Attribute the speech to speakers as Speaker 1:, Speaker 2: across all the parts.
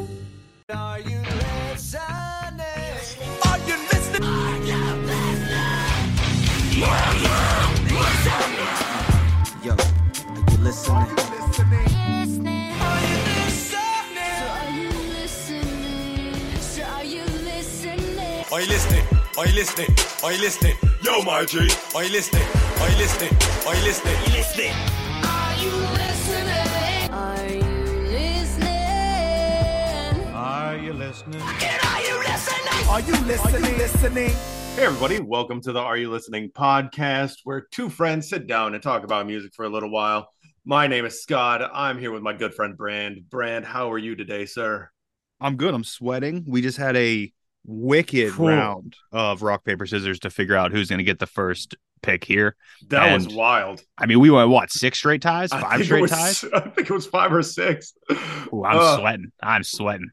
Speaker 1: you listening? Are you listening? Are you listening? Yo, are you listening? Are you listening? Are you listening?
Speaker 2: Are you listening? Are you listening? Are you listening? Yo, my G. Are you listening? Are you listening? Are you listening? Listening.
Speaker 3: Are you listening?
Speaker 1: Are you listening? Are you listening? Are you listening?
Speaker 3: Hey, everybody, welcome to the Are You Listening podcast, where two friends sit down and talk about music for a little while. My name is Scott. I'm here with my good friend Brand. Brand, how are you today, sir?
Speaker 4: I'm good. I'm sweating. We just had a wicked
Speaker 3: Cool.
Speaker 4: round of rock paper scissors to figure out who's going to get the first pick here.
Speaker 3: That was
Speaker 4: And
Speaker 3: wild.
Speaker 4: I mean, we went what six straight ties,
Speaker 3: I
Speaker 4: five
Speaker 3: think it
Speaker 4: straight
Speaker 3: was-
Speaker 4: ties.
Speaker 3: I think it was five or six.
Speaker 4: Ooh, I'm
Speaker 3: Uh,
Speaker 4: sweating. I'm sweating.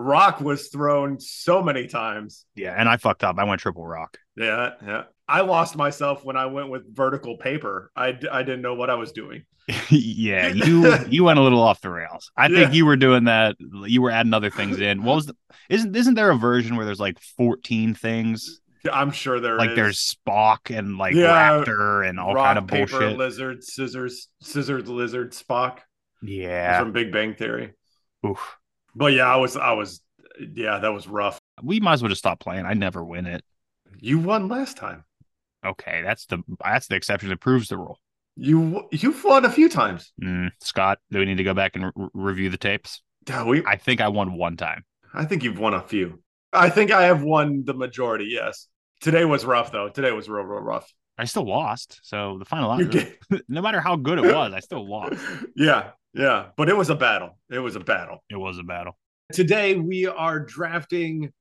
Speaker 3: Rock was thrown so many times.
Speaker 4: Yeah, and I fucked up. I went triple rock.
Speaker 3: Yeah, yeah. I lost myself when I went with vertical paper. I, d- I didn't know what I was doing.
Speaker 4: yeah, you you went a little off the rails. I think
Speaker 3: Yeah.
Speaker 4: you were doing that. You were adding other things in. What was the? Isn't isn't there a version where there's like 14 things?
Speaker 3: I'm sure there
Speaker 4: like
Speaker 3: is.
Speaker 4: there's Spock and like
Speaker 3: Yeah,
Speaker 4: Raptor and all
Speaker 3: rock,
Speaker 4: kind of
Speaker 3: paper,
Speaker 4: bullshit.
Speaker 3: lizard, scissors, scissors, lizard, Spock
Speaker 4: yeah.
Speaker 3: from Big Bang Theory.
Speaker 4: Oof.
Speaker 3: But yeah, I was, I was, yeah, that was rough.
Speaker 4: We might as well just stop playing. I never win it.
Speaker 3: You won last time.
Speaker 4: Okay, that's the that's the exception that proves the rule.
Speaker 3: You you won a few times.
Speaker 4: Mm, Scott, do we need to go back and re- review the tapes?
Speaker 3: Yeah, we, I,
Speaker 4: I think I won one time.
Speaker 3: think you've won a few. I think I have won the majority. Yes. Today was rough though. Today was real, real rough.
Speaker 4: I still lost. So the final
Speaker 3: You get-
Speaker 4: no matter how good it was, I still lost.
Speaker 3: yeah, yeah. But it was a battle. It was a battle.
Speaker 4: It was a battle.
Speaker 3: Today we are drafting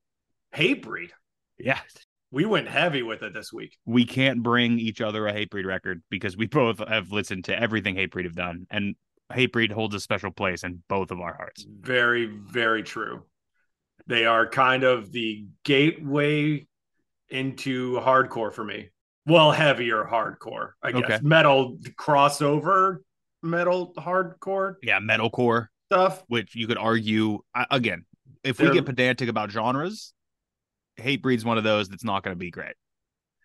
Speaker 3: Hatebreed.
Speaker 4: Yeah.
Speaker 3: We went heavy with it this week.
Speaker 4: We can't bring each other a Hatebreed record because we both have listened to everything Hatebreed have done and Hatebreed holds a special place in both of our hearts.
Speaker 3: Very, very true. They are kind of the gateway into hardcore for me. Well, heavier hardcore, I guess.
Speaker 4: Okay.
Speaker 3: Metal crossover, metal hardcore
Speaker 4: Yeah, metalcore,
Speaker 3: stuff.
Speaker 4: which you could argue I, again, if
Speaker 3: They're-
Speaker 4: we get pedantic about genres, Hatebreed's one of those that's not going to be great.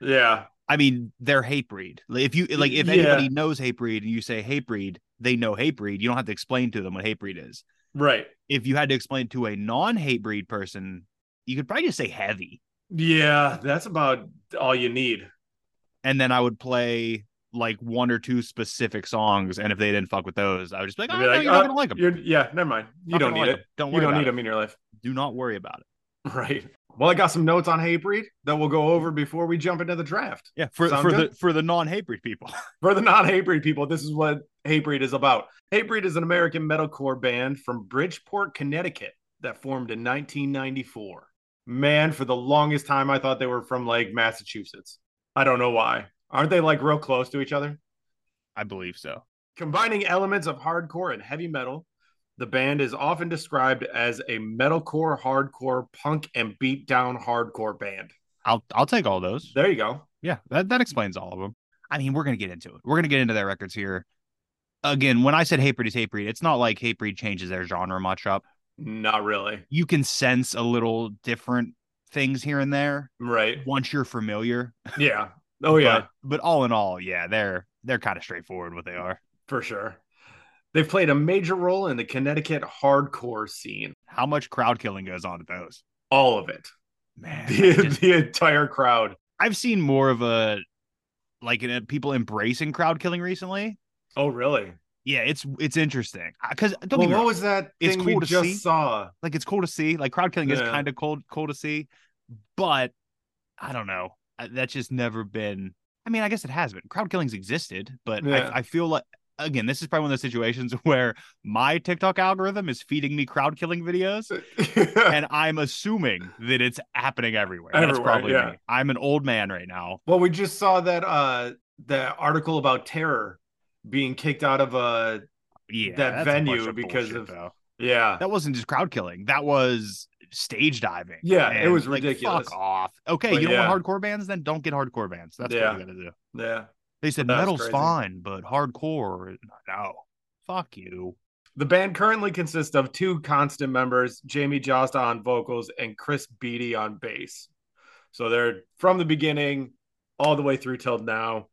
Speaker 3: Yeah.
Speaker 4: I mean, they're Hatebreed. Like, if you like, if
Speaker 3: Yeah.
Speaker 4: anybody knows Hatebreed and you say Hatebreed, they know Hatebreed. You don't have to explain to them what Hatebreed is.
Speaker 3: Right.
Speaker 4: If you had to explain to a non-Hatebreed person, you could probably just say heavy,
Speaker 3: Yeah. That's about all you need.
Speaker 4: and then I would play like one or two specific songs, and if they didn't fuck with those, I would just be like,
Speaker 3: I'd
Speaker 4: "Oh,
Speaker 3: be
Speaker 4: no,
Speaker 3: like,
Speaker 4: you're not
Speaker 3: "Uh,
Speaker 4: gonna like them.
Speaker 3: You're, yeah. Never mind. You don't need it.
Speaker 4: Don't
Speaker 3: You
Speaker 4: worry
Speaker 3: don't
Speaker 4: about
Speaker 3: need
Speaker 4: it.
Speaker 3: them in your life.
Speaker 4: Do not worry about it."
Speaker 3: Right. Well, I got some notes on Hatebreed that we'll go over before we jump into the draft.
Speaker 4: Yeah, for
Speaker 3: Sound
Speaker 4: for
Speaker 3: good?
Speaker 4: the for the non-Hatebreed people.
Speaker 3: For the non Hatebreed people, this is what Hatebreed is about. Hatebreed is an American metalcore band from Bridgeport, Connecticut that formed in 1994. Man, for the longest time, I thought they were from like Massachusetts. I don't know why. Aren't they like real close to each other?
Speaker 4: I believe so.
Speaker 3: Combining elements of hardcore and heavy metal, the band is often described as a metalcore, hardcore, punk, and beatdown hardcore band.
Speaker 4: I'll I'll take all those.
Speaker 3: There you go.
Speaker 4: Yeah, that, that explains all of them. I mean, we're gonna get into it. We're gonna get into their records here. Again, when I said Hatebreed is Hatebreed, it's not like Hatebreed changes their genre much up.
Speaker 3: Not really.
Speaker 4: You can sense a little different things here and there
Speaker 3: Right.
Speaker 4: once you're familiar.
Speaker 3: Yeah. Oh, yeah.
Speaker 4: But, but all in all, yeah, they're they're kind of straightforward what they are.
Speaker 3: for sure. They've played a major role in the Connecticut hardcore scene.
Speaker 4: How much crowd killing goes on at those?
Speaker 3: All of it.
Speaker 4: Man, I
Speaker 3: The,
Speaker 4: just-
Speaker 3: the entire crowd.
Speaker 4: I've seen more of a like in- people embracing crowd killing recently.
Speaker 3: Oh, really?
Speaker 4: Yeah, it's it's interesting because don't
Speaker 3: Well,
Speaker 4: get me
Speaker 3: what
Speaker 4: wrong,
Speaker 3: was that
Speaker 4: It's
Speaker 3: thing
Speaker 4: cool
Speaker 3: we
Speaker 4: to
Speaker 3: just
Speaker 4: see.
Speaker 3: saw?
Speaker 4: like it's cool to see. Like crowd killing is
Speaker 3: Yeah.
Speaker 4: kind of cool cool to see, but I don't know. I- That's just never been. I mean, I guess it has been. Crowd killings existed, but
Speaker 3: Yeah.
Speaker 4: I, I feel like again, this is probably one of those situations where my TikTok algorithm is feeding me crowd killing videos. and I'm assuming that it's happening everywhere. That's
Speaker 3: Everywhere,
Speaker 4: probably
Speaker 3: yeah.
Speaker 4: me. I'm an old man right now.
Speaker 3: Well, we just saw that uh that article about terror being kicked out of uh That
Speaker 4: Yeah, that's a bunch
Speaker 3: venue
Speaker 4: of
Speaker 3: because
Speaker 4: bullshit,
Speaker 3: of-
Speaker 4: though.
Speaker 3: yeah.
Speaker 4: that wasn't just crowd killing. That was stage diving.
Speaker 3: Yeah, it
Speaker 4: And,
Speaker 3: was
Speaker 4: like,
Speaker 3: ridiculous.
Speaker 4: Fuck off. Okay,
Speaker 3: But
Speaker 4: you don't
Speaker 3: yeah.
Speaker 4: want hardcore bands, then don't get hardcore bands. That's
Speaker 3: Yeah.
Speaker 4: what you gotta do.
Speaker 3: Yeah.
Speaker 4: They said
Speaker 3: That was
Speaker 4: metal's
Speaker 3: crazy.
Speaker 4: fine, but hardcore, no. Fuck you.
Speaker 3: The band currently consists of two constant members, Jamie Josta on vocals and Chris Beatty on bass. So they're from the beginning all the way through till now.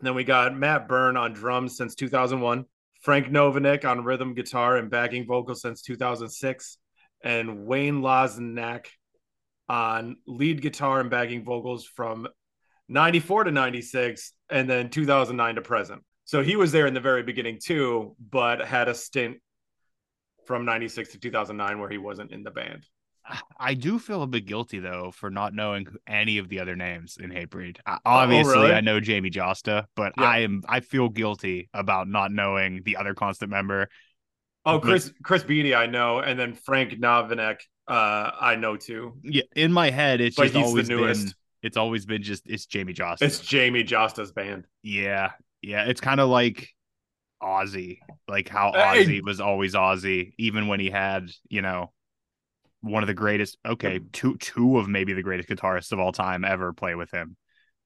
Speaker 3: And then we got Matt Byrne on drums since 2001, Frank Novinick on rhythm guitar and backing vocals since 2006, and Wayne Loznak on lead guitar and backing vocals from 94 to 96 and then 2009 to present. So he was there in the very beginning too, but had a stint from 96 to 2009 where he wasn't in the band.
Speaker 4: I- I do feel a bit guilty though for not knowing who- any of the other names in Hatebreed. I- Obviously,
Speaker 3: Oh, really?
Speaker 4: I know Jamie Josta, but
Speaker 3: Yeah.
Speaker 4: I am I feel guilty about not knowing the other constant member.
Speaker 3: Oh,
Speaker 4: Yeah.
Speaker 3: Chris Chris Beatty I know and then Frank Novinek uh I know too.
Speaker 4: Yeah, in my head, it's
Speaker 3: But
Speaker 4: just
Speaker 3: he's the
Speaker 4: always
Speaker 3: newest.
Speaker 4: been it's always been just it's Jamie Josta.
Speaker 3: It's Jamie Josta's band.
Speaker 4: yeah, yeah. It's kind of like Ozzy, like how
Speaker 3: Hey!
Speaker 4: Ozzy was always Ozzy, even when he had you know one of the greatest, okay, two two of maybe the greatest guitarists of all time ever play with him,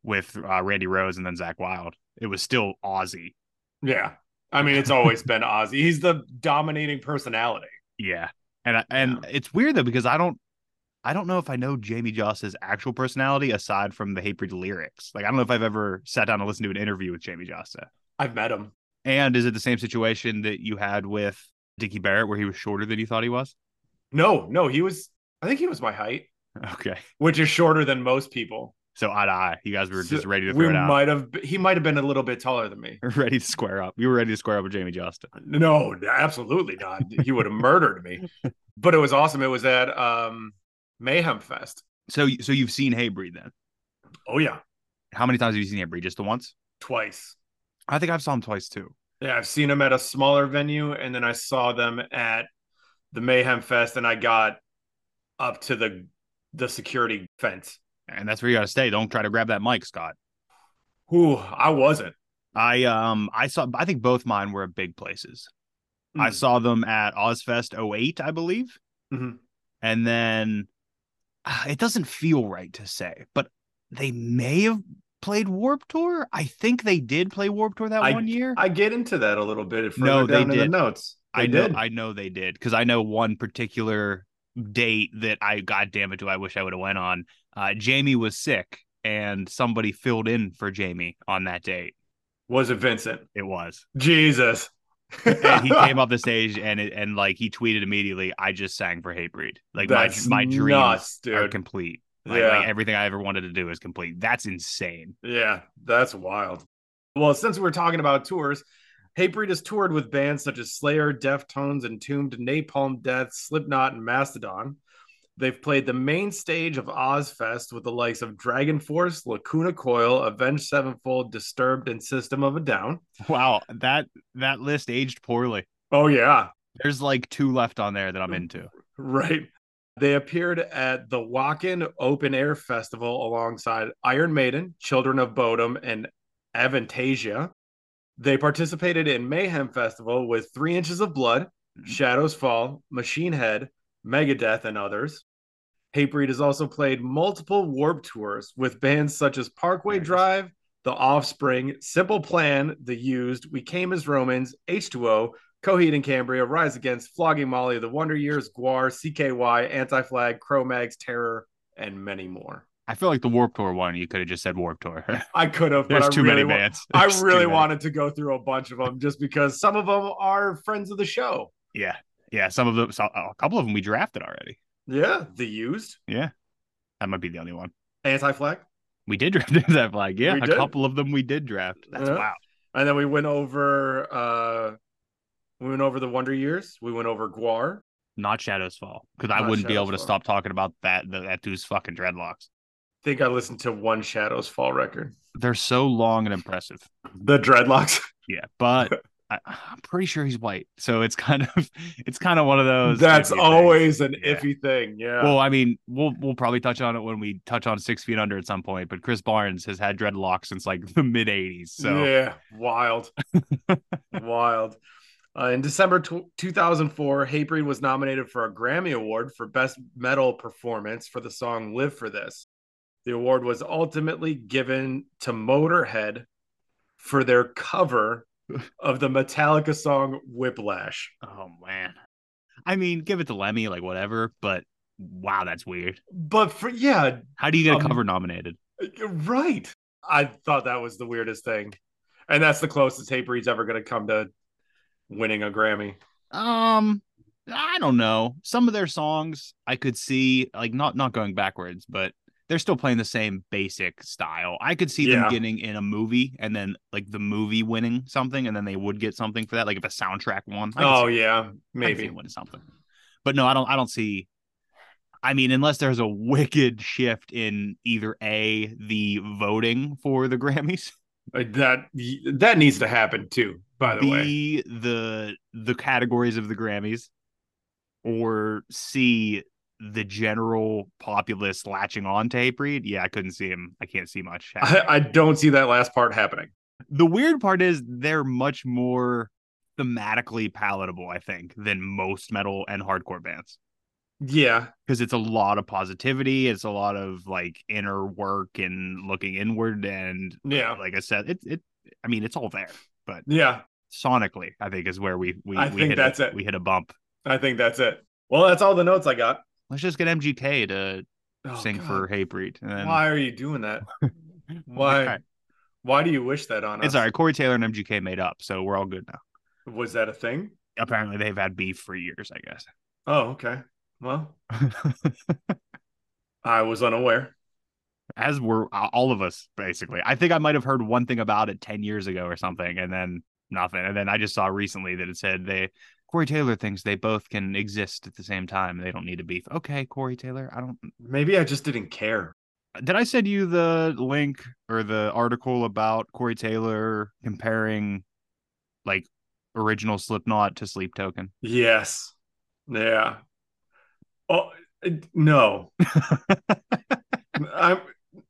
Speaker 4: with uh, Randy Rose and then Zach Wild. It was still Ozzy.
Speaker 3: Yeah. I mean, it's always been Ozzy. He's the dominating personality.
Speaker 4: Yeah, and I, and it's weird though because I don't. I don't know if I know Jamie Joss's actual personality aside from the Hatebreed lyrics. Like I don't know if I've ever sat down and listened to an interview with Jamie Jossa.
Speaker 3: I've met him.
Speaker 4: And is it the same situation that you had with Dickie Barrett where he was shorter than you thought he was?
Speaker 3: No, no, he was I think he was my height,
Speaker 4: Okay.
Speaker 3: which is shorter than most people.
Speaker 4: So eye to eye, you guys were just
Speaker 3: So
Speaker 4: ready to
Speaker 3: we
Speaker 4: throw it out.
Speaker 3: might have he might have been a little bit taller than me.
Speaker 4: Ready to square up. You were ready to square up with Jamie Josta.
Speaker 3: No, absolutely not. he would have murdered me. But it was awesome. It was at um Mayhem Fest.
Speaker 4: So y- so you've seen Hatebreed then.
Speaker 3: Oh yeah,
Speaker 4: How many times have you seen Hatebreed? Just the once?
Speaker 3: twice.
Speaker 4: I think I've saw him twice too.
Speaker 3: Yeah, I've seen them at a smaller venue, and then I saw them at the Mayhem Fest, and I got up to the the security fence.
Speaker 4: And that's where you gotta stay. Don't try to grab that mic, Scott.
Speaker 3: Who I wasn't.
Speaker 4: I um I saw I think both mine were at big places.
Speaker 3: Hmm.
Speaker 4: I saw them at Ozfest 08, I believe.
Speaker 3: Mhm.
Speaker 4: and then ah, it doesn't feel right to say, but they may have played Warp Tour. I think they did play Warp Tour that one year.
Speaker 3: I get into that a little bit. Further
Speaker 4: No, they
Speaker 3: down in
Speaker 4: did.
Speaker 3: the notes. They
Speaker 4: I know,
Speaker 3: did.
Speaker 4: I know they did because I know one particular date that I, god damn it, do I wish I would have went on. Uh, Jamie was sick, and somebody filled in for Jamie on that date.
Speaker 3: was it Vincent?
Speaker 4: It was,
Speaker 3: Jesus.
Speaker 4: and he came up the stage and it, and like he tweeted immediately, "I just sang for Hatebreed." Like
Speaker 3: That's
Speaker 4: my my dreams
Speaker 3: nuts,
Speaker 4: are
Speaker 3: dude.
Speaker 4: complete. Like,
Speaker 3: yeah.
Speaker 4: like everything I ever wanted to do is complete. That's insane.
Speaker 3: Yeah, that's wild. Well, since we're talking about tours, Hatebreed has toured with bands such as Slayer, Deftones, Entombed, Napalm Death, Slipknot, and Mastodon. They've played the main stage of Ozfest with the likes of Dragon Force, Lacuna Coil, Avenged Sevenfold, Disturbed, and System of a Down.
Speaker 4: Wow, that that list aged poorly.
Speaker 3: Oh, yeah,
Speaker 4: There's like two left on there that I'm into.
Speaker 3: right. They appeared at the Wacken Open Air Festival alongside Iron Maiden, Children of Bodom, and Avantasia. They participated in Mayhem Festival with Three Inches of Blood, Shadows Fall, Machine Head, Megadeth, and others. Hatebreed has also played multiple warp tours with bands such as Parkway
Speaker 4: Nice.
Speaker 3: Drive, The Offspring, Simple Plan, The Used, We Came as Romans, H2O, Coheed and Cambria, Rise Against, Flogging Molly, The Wonder Years, Guar, CKY, Anti Flag, Cro Mags, Terror, and many more.
Speaker 4: I feel like the Warp Tour one, you could have just said Warp Tour.
Speaker 3: I could have, but
Speaker 4: There's
Speaker 3: I
Speaker 4: too
Speaker 3: really,
Speaker 4: many
Speaker 3: wa-
Speaker 4: bands.
Speaker 3: I
Speaker 4: There's too
Speaker 3: really
Speaker 4: many.
Speaker 3: wanted to go through a bunch of them just because some of them are friends of the show.
Speaker 4: Yeah, yeah. Some of them, so, a couple of them, we drafted already.
Speaker 3: Yeah, The Used,
Speaker 4: That might be the only one.
Speaker 3: Anti Flag.
Speaker 4: We did draft Zach Black. Yeah,
Speaker 3: We
Speaker 4: a
Speaker 3: did.
Speaker 4: couple of them we did draft. That's
Speaker 3: Yeah.
Speaker 4: wow.
Speaker 3: And then we went over uh we went over the Wonder Years. We went over Guar.
Speaker 4: Not Shadows Fall because I
Speaker 3: Not
Speaker 4: wouldn't be
Speaker 3: Shadows
Speaker 4: able to
Speaker 3: Fall.
Speaker 4: stop talking about that the, that dude's fucking dreadlocks.
Speaker 3: I think I listened to one Shadows Fall record.
Speaker 4: They're so long and impressive.
Speaker 3: The dreadlocks.
Speaker 4: Yeah, but I, I'm pretty sure he's white, so it's kind of it's kind of one of those.
Speaker 3: That's
Speaker 4: iffy things.
Speaker 3: always an
Speaker 4: Yeah.
Speaker 3: iffy thing. Yeah.
Speaker 4: Well, I mean, we'll we'll probably touch on it when we touch on Six Feet Under at some point. But Chris Barnes has had dreadlocks since like the mid '80s, so
Speaker 3: yeah, wild, wild. Uh, in December tw 2004, Hatebreed was nominated for a Grammy Award for Best Metal Performance for the song "Live for This." The award was ultimately given to Motorhead for their cover of the Metallica song "Whiplash."
Speaker 4: Oh man. I mean, give it to Lemmy, like whatever, but wow, that's weird.
Speaker 3: But for yeah,
Speaker 4: How do you get a
Speaker 3: Um,
Speaker 4: cover nominated?
Speaker 3: right. I thought that was the weirdest thing, and that's the closest Hatebreed's ever going to come to winning a Grammy.
Speaker 4: Um, I don't know. Some of their songs I could see like not not going backwards, but they're still playing the same basic style. I could see
Speaker 3: Yeah.
Speaker 4: them getting in a movie and then like the movie winning something and then they would get something for that, like if a soundtrack won. I could
Speaker 3: Oh
Speaker 4: see-
Speaker 3: yeah,
Speaker 4: I could see
Speaker 3: maybe.
Speaker 4: it winning something. But no, I don't I don't see I mean, unless there's a wicked shift in either A, the voting for the Grammys,
Speaker 3: Uh, That that needs to happen too. By the way,
Speaker 4: B the the categories of the Grammys, or C the general populace latching on to Hatebreed. Yeah, I couldn't see him. I can't see much.
Speaker 3: I, I don't see that last part happening.
Speaker 4: the weird part is they're much more thematically palatable, I think, than most metal and hardcore bands
Speaker 3: Yeah,
Speaker 4: because it's a lot of positivity. It's a lot of like inner work and looking inward, and
Speaker 3: yeah,
Speaker 4: like I said, it it. I mean, it's all there.
Speaker 3: yeah.
Speaker 4: sonically i think is where we we,
Speaker 3: I
Speaker 4: we
Speaker 3: think
Speaker 4: hit
Speaker 3: that's
Speaker 4: a,
Speaker 3: it.
Speaker 4: we hit a bump
Speaker 3: I think that's it. Well, that's all the notes I got.
Speaker 4: let's just get mgk to
Speaker 3: Oh,
Speaker 4: sing
Speaker 3: God.
Speaker 4: for hate breed and then
Speaker 3: Why are you doing that? Why? Why do you wish that on us?
Speaker 4: it's all right corey taylor and mgk made up so we're all good now
Speaker 3: Was that a thing?
Speaker 4: apparently they've had beef for years i guess
Speaker 3: Oh, okay. Well, I was unaware.
Speaker 4: as were a- all of us basically i think i might have heard one thing about it 10 years ago or something and then nothing and then i just saw recently that it said they corey taylor thinks they both can exist at the same time and they don't need to beef okay corey taylor i don't
Speaker 3: Maybe I just didn't care.
Speaker 4: did I send you the link or the article about Corey Taylor comparing like original Slipknot to Sleep Token?
Speaker 3: Yes. Yeah. Oh uh, no. I'm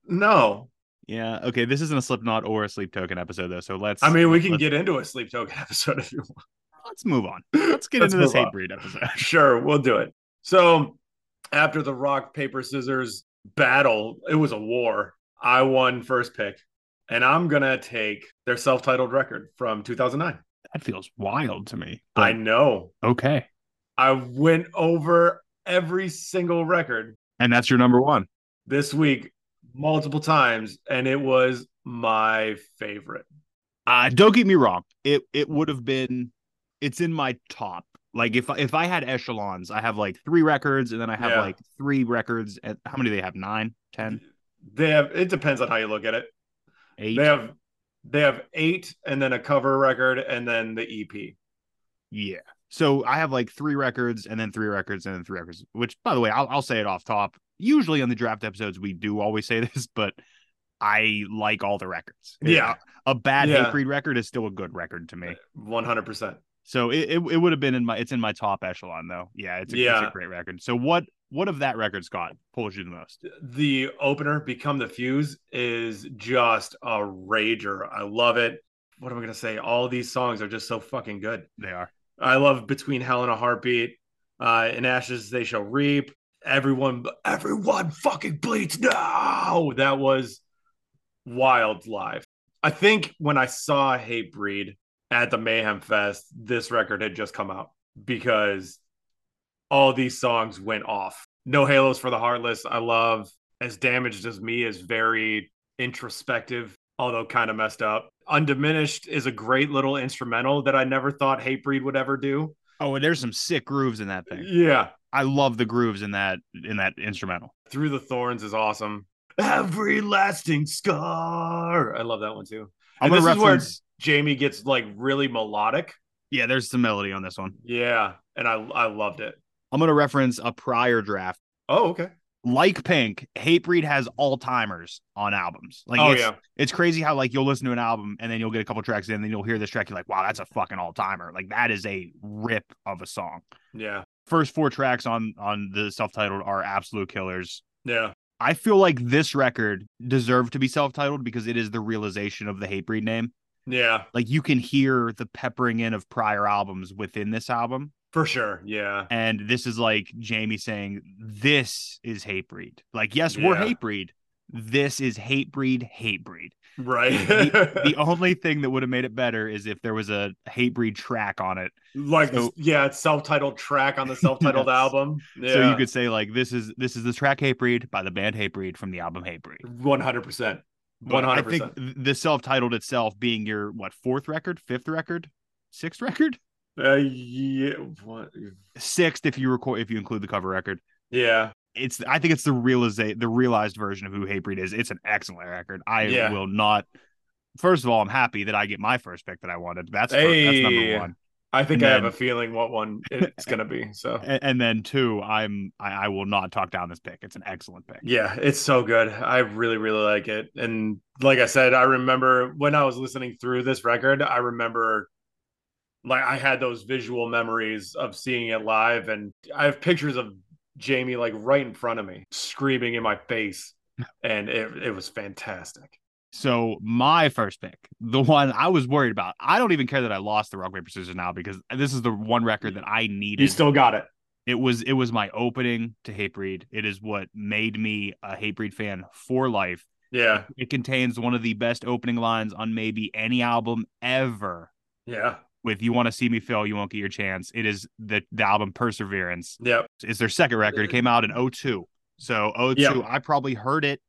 Speaker 3: no.
Speaker 4: Yeah. Okay. This isn't a Slipknot or a Sleep Token episode though, so let's.
Speaker 3: I mean, we can
Speaker 4: let's-
Speaker 3: get into a sleep token episode if you want.
Speaker 4: Let's move on. Let's get into this
Speaker 3: move
Speaker 4: hate
Speaker 3: on.
Speaker 4: breed episode.
Speaker 3: Sure, we'll do it. So, after the rock paper scissors battle, it was a war. I won first pick, and I'm gonna take their self-titled record from 2009.
Speaker 4: That feels wild to me.
Speaker 3: I
Speaker 4: But
Speaker 3: know.
Speaker 4: okay,
Speaker 3: I went over every single record
Speaker 4: and that's your number one.
Speaker 3: this week multiple times, and it was my favorite.
Speaker 4: Uh, don't get me wrong. It it would have been. It's in my top. Like if if I had echelons, I have like three records, and then I have
Speaker 3: Yeah.
Speaker 4: like three records. At, how many do they have? Nine, ten,
Speaker 3: They have. It depends on how you look at it.
Speaker 4: eight.
Speaker 3: They have. They have eight, and then a cover record, and then the E EP.
Speaker 4: Yeah. So I have like three records and then three records and then three records, which by the way, I'll, I'll say it off top. Usually on the draft episodes, we do always say this, but I like all the records.
Speaker 3: Yeah.
Speaker 4: A bad
Speaker 3: Yeah.
Speaker 4: hate breed record is still a good record to me.
Speaker 3: One hundred percent.
Speaker 4: So it, it, it would have been in my, it's in my top echelon though. Yeah. It's a, it's
Speaker 3: Yeah.
Speaker 4: a great record. So what, what of that record, Scott, pulls you the most?
Speaker 3: The opener, "Become the Fuse," is just a rager. I love it. What am I gonna say? All these songs are just so fucking good.
Speaker 4: They are.
Speaker 3: I love "Between Hell and a Heartbeat," uh, "In Ashes They Shall Reap." Everyone, everyone fucking bleeds now. That was wild live. I think when I saw Hate Breed at the Mayhem Fest, this record had just come out because all these songs went off. No Halos for the Heartless. I love As Damaged as Me is very introspective, although kind of messed up. Undiminished is a great little instrumental that I never thought Hatebreed would ever do.
Speaker 4: Oh, and there's some sick grooves in that thing.
Speaker 3: Yeah.
Speaker 4: I love the grooves in that, in that instrumental.
Speaker 3: Through the Thorns is awesome. every lasting scar. I love that one too.
Speaker 4: I'm
Speaker 3: And
Speaker 4: gonna
Speaker 3: this is where-
Speaker 4: reference.
Speaker 3: Jamie gets like really melodic.
Speaker 4: Yeah, there's some melody on this one.
Speaker 3: Yeah, and I I loved it.
Speaker 4: I'm gonna reference a prior draft.
Speaker 3: Oh, okay.
Speaker 4: Like Pink, Hatebreed has all timers on albums. Like
Speaker 3: oh
Speaker 4: it's,
Speaker 3: yeah,
Speaker 4: it's crazy how like you'll listen to an album and then you'll get a couple tracks in, and then you'll hear this track, you're like, wow, that's a fucking all timer. Like that is a rip of a song.
Speaker 3: yeah,
Speaker 4: First four tracks on on the self titled are absolute killers.
Speaker 3: yeah,
Speaker 4: I feel like this record deserved to be self titled because it is the realization of the Hatebreed name.
Speaker 3: yeah,
Speaker 4: Like you can hear the peppering in of prior albums within this album.
Speaker 3: for sure. Yeah,
Speaker 4: And this is like Jamie saying, This is Hatebreed. Like, yes, we're
Speaker 3: Yeah.
Speaker 4: Hatebreed. This is Hatebreed, Hatebreed.
Speaker 3: right.
Speaker 4: The only thing that would have made it better is if there was a Hatebreed track on it.
Speaker 3: like
Speaker 4: so-
Speaker 3: yeah, it's self-titled track on the self-titled
Speaker 4: Yes.
Speaker 3: album. Yeah,
Speaker 4: So you could say, like, this is this is the track Hatebreed by the band Hatebreed from the album Hatebreed.
Speaker 3: one hundred percent,
Speaker 4: But
Speaker 3: one
Speaker 4: I
Speaker 3: hundred
Speaker 4: think
Speaker 3: percent.
Speaker 4: th- the self-titled itself being your what fourth record, fifth record, sixth record,
Speaker 3: Uh, yeah, what-
Speaker 4: sixth if you record if you include the cover record.
Speaker 3: yeah,
Speaker 4: It's I think it's the realiza- the realized version of who Hatebreed is. It's an excellent record. I
Speaker 3: Yeah.
Speaker 4: will not. First of all, I'm happy that I get my first pick that I wanted. That's fir- that's number
Speaker 3: Hey.
Speaker 4: one.
Speaker 3: I think
Speaker 4: And
Speaker 3: I have
Speaker 4: then-
Speaker 3: a feeling what one it's gonna be. So
Speaker 4: A- And, then two, I'm I, I will not talk down this pick. It's an excellent pick.
Speaker 3: Yeah, it's so good. I really, really like it. And like I said, I remember when I was listening through this record, I remember like I had those visual memories of seeing it live. And I have pictures of Jamie like right in front of me, screaming in my face. And it, it was fantastic.
Speaker 4: So my first pick, the one I was worried about. I don't even care that I lost the rock paper scissors now because this is the one record that I needed.
Speaker 3: You still got it.
Speaker 4: it was it was my opening to Hatebreed. It is what made me a Hatebreed fan for life.
Speaker 3: Yeah.
Speaker 4: It contains one of the best opening lines on maybe any album ever.
Speaker 3: Yeah.
Speaker 4: With "You Want to See Me Fail, You Won't Get Your Chance." It is the the album Perseverance.
Speaker 3: Yep.
Speaker 4: It's their second record. It came out in 02. So 02,
Speaker 3: Yeah.
Speaker 4: I probably heard it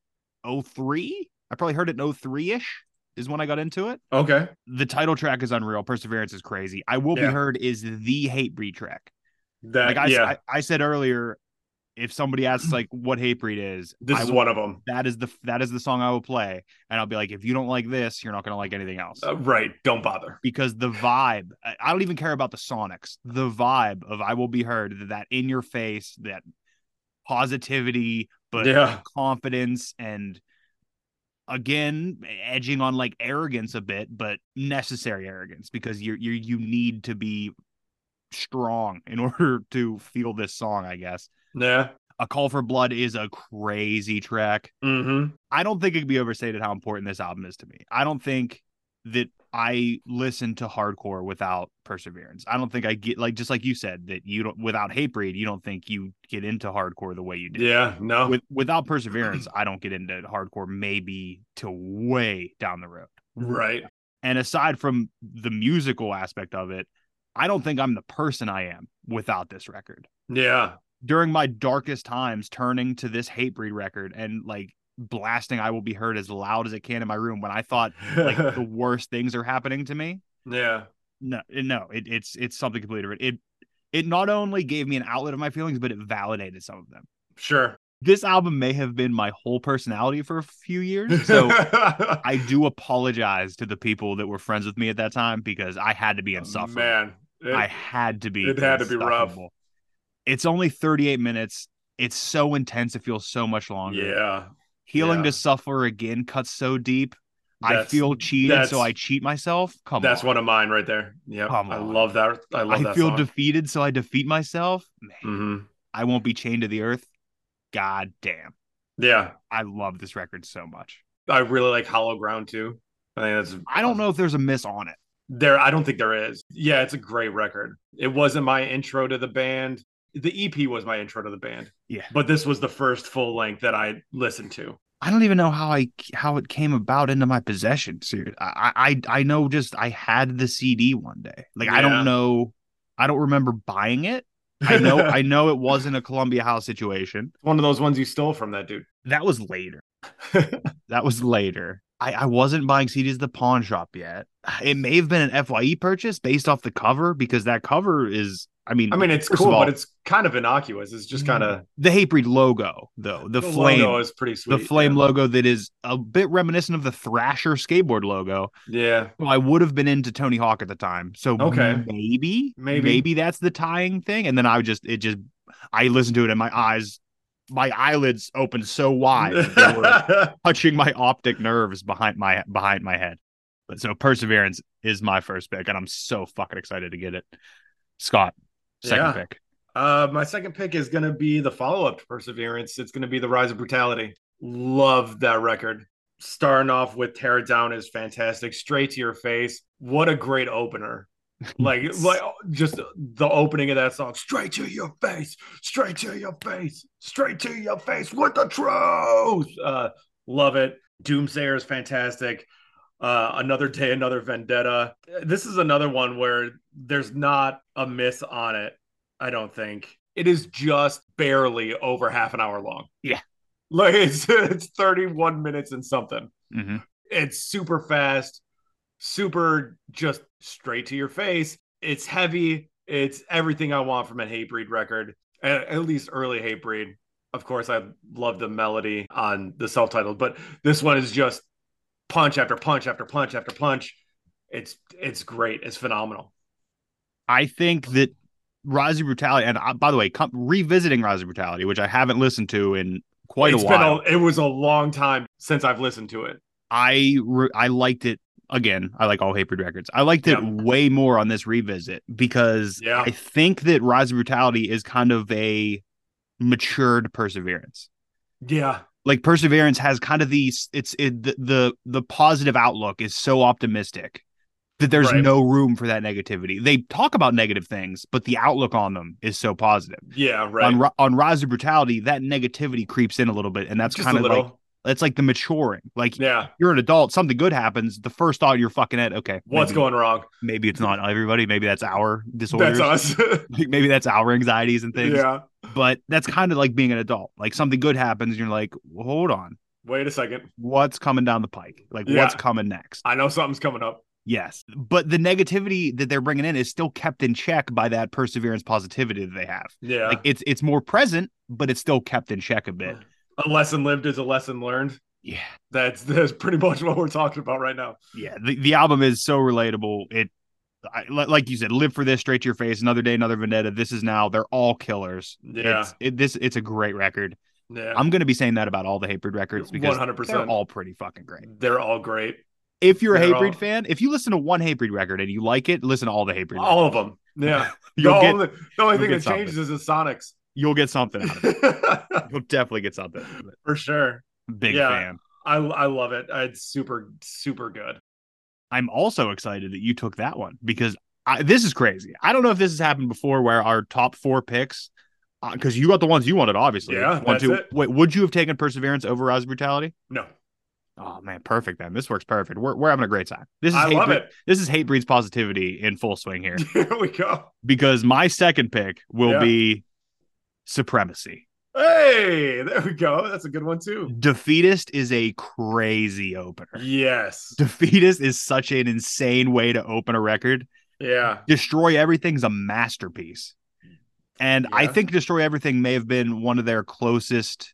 Speaker 4: 03. I probably heard it in 03 ish is when I got into it.
Speaker 3: Okay.
Speaker 4: The title track is unreal. Perseverance is crazy. I Will
Speaker 3: Yeah.
Speaker 4: Be Heard is the Hatebreed track
Speaker 3: That,
Speaker 4: like I,
Speaker 3: yeah,
Speaker 4: I, I said earlier, if somebody asks like what Hatebreed is,
Speaker 3: this
Speaker 4: I
Speaker 3: is
Speaker 4: will-
Speaker 3: one of them.
Speaker 4: that is the that is the song I will play, and I'll be like, if you don't like this, you're not gonna like anything else
Speaker 3: Uh, right. Don't bother.
Speaker 4: because the vibe. I I don't even care about the sonics. The vibe of I will be heard, that in your face, that positivity, but
Speaker 3: yeah.
Speaker 4: confidence and again edging on like arrogance a bit but necessary arrogance because you're, you're you need to be strong in order to feel this song i guess
Speaker 3: Yeah.
Speaker 4: a Call for Blood is a crazy track.
Speaker 3: Mm-hmm.
Speaker 4: I don't think it can be overstated how important this album is to me. I don't think that I listen to hardcore without Perseverance. I don't think I get like just like you said that you don't without Hatebreed, you don't think you get into hardcore the way you do.
Speaker 3: Yeah. No.
Speaker 4: With without Perseverance, I don't get into hardcore maybe to way down the road.
Speaker 3: right.
Speaker 4: And aside from the musical aspect of it, I don't think I'm the person I am without this record
Speaker 3: Yeah.
Speaker 4: during my darkest times turning to this hatebreed record and like blasting I will be heard as loud as it can in my room when I thought like the worst things are happening to me.
Speaker 3: yeah.
Speaker 4: No, no, it, it's it's something completely different. It it not only gave me an outlet of my feelings, but it validated some of them.
Speaker 3: Sure.
Speaker 4: This album may have been my whole personality for a few years. So I do apologize to the people that were friends with me at that time because I had to be
Speaker 3: Oh,
Speaker 4: insufferable.
Speaker 3: man, it-
Speaker 4: I had to be.
Speaker 3: it had to be rough.
Speaker 4: insufferable. It's only 38 minutes. It's so intense. It feels so much longer.
Speaker 3: yeah,
Speaker 4: Healing
Speaker 3: yeah.
Speaker 4: to suffer again cuts so deep. I
Speaker 3: That's-
Speaker 4: feel cheated,
Speaker 3: that's-
Speaker 4: so I cheat myself. Come
Speaker 3: that's
Speaker 4: on.
Speaker 3: one of mine right there. Yeah,
Speaker 4: Come
Speaker 3: I
Speaker 4: on.
Speaker 3: love that. I love
Speaker 4: I
Speaker 3: that.
Speaker 4: feel
Speaker 3: song.
Speaker 4: defeated, so I defeat myself. Man,
Speaker 3: Mhm.
Speaker 4: I won't be chained to the earth. God damn.
Speaker 3: Yeah,
Speaker 4: I love this record so much.
Speaker 3: I really like Hollow Ground too. I think that's.
Speaker 4: I don't know if there's a miss on it.
Speaker 3: There, I don't think there is. Yeah, it's a great record. It wasn't my intro to the band. The EP was my intro to the band.
Speaker 4: Yeah.
Speaker 3: but this was the first full length that I listened to.
Speaker 4: I don't even know how I how it came about into my possession. Seriously, I I I know just I had the CD one day. Like I
Speaker 3: Yeah.
Speaker 4: don't know, I don't remember buying it. I know I know it wasn't a Columbia House situation.
Speaker 3: one of those ones you stole from that dude.
Speaker 4: That was later. That was later. I I wasn't buying CDs at the E pawn shop yet. It may have been an Fye purchase based off the cover because that cover is I mean,
Speaker 3: I mean, it's
Speaker 4: Mm. first of
Speaker 3: cool,
Speaker 4: all-
Speaker 3: but it's kind of innocuous. It's just kind of
Speaker 4: the Hatebreed logo though, the, flame,
Speaker 3: logo is pretty sweet.
Speaker 4: the flame
Speaker 3: yeah.
Speaker 4: logo that is a bit reminiscent of the Thrasher skateboard logo.
Speaker 3: Yeah,
Speaker 4: Well, I would have been into Tony Hawk at the time, so
Speaker 3: Okay.
Speaker 4: maybe,
Speaker 3: Maybe.
Speaker 4: maybe that's the tying thing. And then I would just, it just, I listened to it and my eyes, my eyelids opened so wide, that they were touching my optic nerves behind my behind my head. But so Perseverance is my first pick, and I'm so fucking excited to get it. Scott, second
Speaker 3: Yeah.
Speaker 4: pick.
Speaker 3: Uh, my second pick is going to be the follow up to Perseverance. It's going to be The Rise of Brutality. Love that record. Starting off with Tear It Down is fantastic. Straight to your face. What a great opener. Like, like just the opening of that song. Straight to your face. Straight to your face. Straight to your face with the truth. Uh, love it. Doomsayer is fantastic. Uh, another day, another vendetta. This is another one where there's not a miss on it. I don't think. It is just barely over half an hour long.
Speaker 4: Yeah.
Speaker 3: Like it's it's 31 minutes and something.
Speaker 4: hmm
Speaker 3: It's super fast, super just straight to your face. It's heavy. It's everything I want from a Hatebreed record, at, at least early Hatebreed. Of course, I love the melody on the self-titled, but this one is just punch after punch after punch after punch. It's it's great. It's phenomenal.
Speaker 4: I think that Rise of Brutality, and uh, by the way, come, revisiting Rise of Brutality, which I haven't listened to in quite
Speaker 3: It's
Speaker 4: a
Speaker 3: been
Speaker 4: while.
Speaker 3: it was a long time since I've listened to it.
Speaker 4: I re- I liked it again. I like all Hatebreed records. I liked it
Speaker 3: Yeah.
Speaker 4: way more on this revisit because
Speaker 3: Yeah.
Speaker 4: I think that Rise of Brutality is kind of a matured perseverance.
Speaker 3: Yeah.
Speaker 4: Like perseverance has kind of these. It's it, the, the the positive outlook is so optimistic that there's
Speaker 3: Right.
Speaker 4: no room for that negativity. They talk about negative things, but the outlook on them is so positive.
Speaker 3: Yeah. Right.
Speaker 4: On Ri- on Rise of Brutality, that negativity creeps in a little bit, and that's
Speaker 3: Just
Speaker 4: kind
Speaker 3: a
Speaker 4: of
Speaker 3: little.
Speaker 4: like that's like the maturing. Like
Speaker 3: yeah.
Speaker 4: you're an adult, something good happens, the first thought you're fucking at, okay,
Speaker 3: What's
Speaker 4: maybe,
Speaker 3: going wrong?
Speaker 4: Maybe it's not everybody. Maybe that's our disorders.
Speaker 3: That's us.
Speaker 4: Like, maybe that's our anxieties and things.
Speaker 3: yeah.
Speaker 4: But that's kind of like being an adult. Like something good happens, and you're like, well, hold on,
Speaker 3: Wait a second.
Speaker 4: what's coming down the pike? Like
Speaker 3: Yeah.
Speaker 4: what's coming next?
Speaker 3: I know something's coming up.
Speaker 4: Yes, but the negativity that they're bringing in is still kept in check by that perseverance positivity that they have.
Speaker 3: Yeah.
Speaker 4: Like it's it's more present, but it's still kept in check a bit.
Speaker 3: a lesson lived is a lesson learned.
Speaker 4: Yeah.
Speaker 3: That's that's pretty much what we're talking about right now.
Speaker 4: yeah the, the album is so relatable it I, li- like you said live for this straight to your face another day another vendetta this is now they're all killers
Speaker 3: Yeah.
Speaker 4: it's it, this it's a great record
Speaker 3: yeah.
Speaker 4: i'm gonna be saying that about all the hatebreed records because they're
Speaker 3: 100%.
Speaker 4: all pretty fucking great
Speaker 3: They're all great.
Speaker 4: if you're a
Speaker 3: They're all-
Speaker 4: hatebreed fan if you listen to one hatebreed record and you like it listen to all the hatebreed records.
Speaker 3: All of them. Yeah. the,
Speaker 4: you'll get
Speaker 3: only, the only
Speaker 4: you'll
Speaker 3: thing
Speaker 4: get
Speaker 3: that changes is the Sonics.
Speaker 4: you'll get something out of it you'll definitely get something out of it.
Speaker 3: For sure.
Speaker 4: big
Speaker 3: Yeah.
Speaker 4: fan
Speaker 3: I I love it. It's super super good.
Speaker 4: I'm also excited that you took that one because I, this is crazy. I don't know if this has happened before where our top four picks, because you got the ones you wanted, obviously.
Speaker 3: Yeah,
Speaker 4: one,
Speaker 3: that's
Speaker 4: two.
Speaker 3: it.
Speaker 4: Wait, would you have taken Perseverance over Rise of Brutality?
Speaker 3: No.
Speaker 4: Oh man, perfect then. This works perfect. We're, we're having a great time. This is
Speaker 3: I
Speaker 4: hate
Speaker 3: love
Speaker 4: Bre-
Speaker 3: it.
Speaker 4: This is hate breeds positivity in full swing here
Speaker 3: Here we go.
Speaker 4: because my second pick will
Speaker 3: Yeah.
Speaker 4: be Supremacy.
Speaker 3: Hey, there we go. That's a good one too.
Speaker 4: Defeatist is a crazy opener.
Speaker 3: Yes.
Speaker 4: Defeatist is such an insane way to open a record.
Speaker 3: Yeah.
Speaker 4: Destroy Everything's a masterpiece. And I
Speaker 3: Yeah.
Speaker 4: think Destroy Everything may have been one of their closest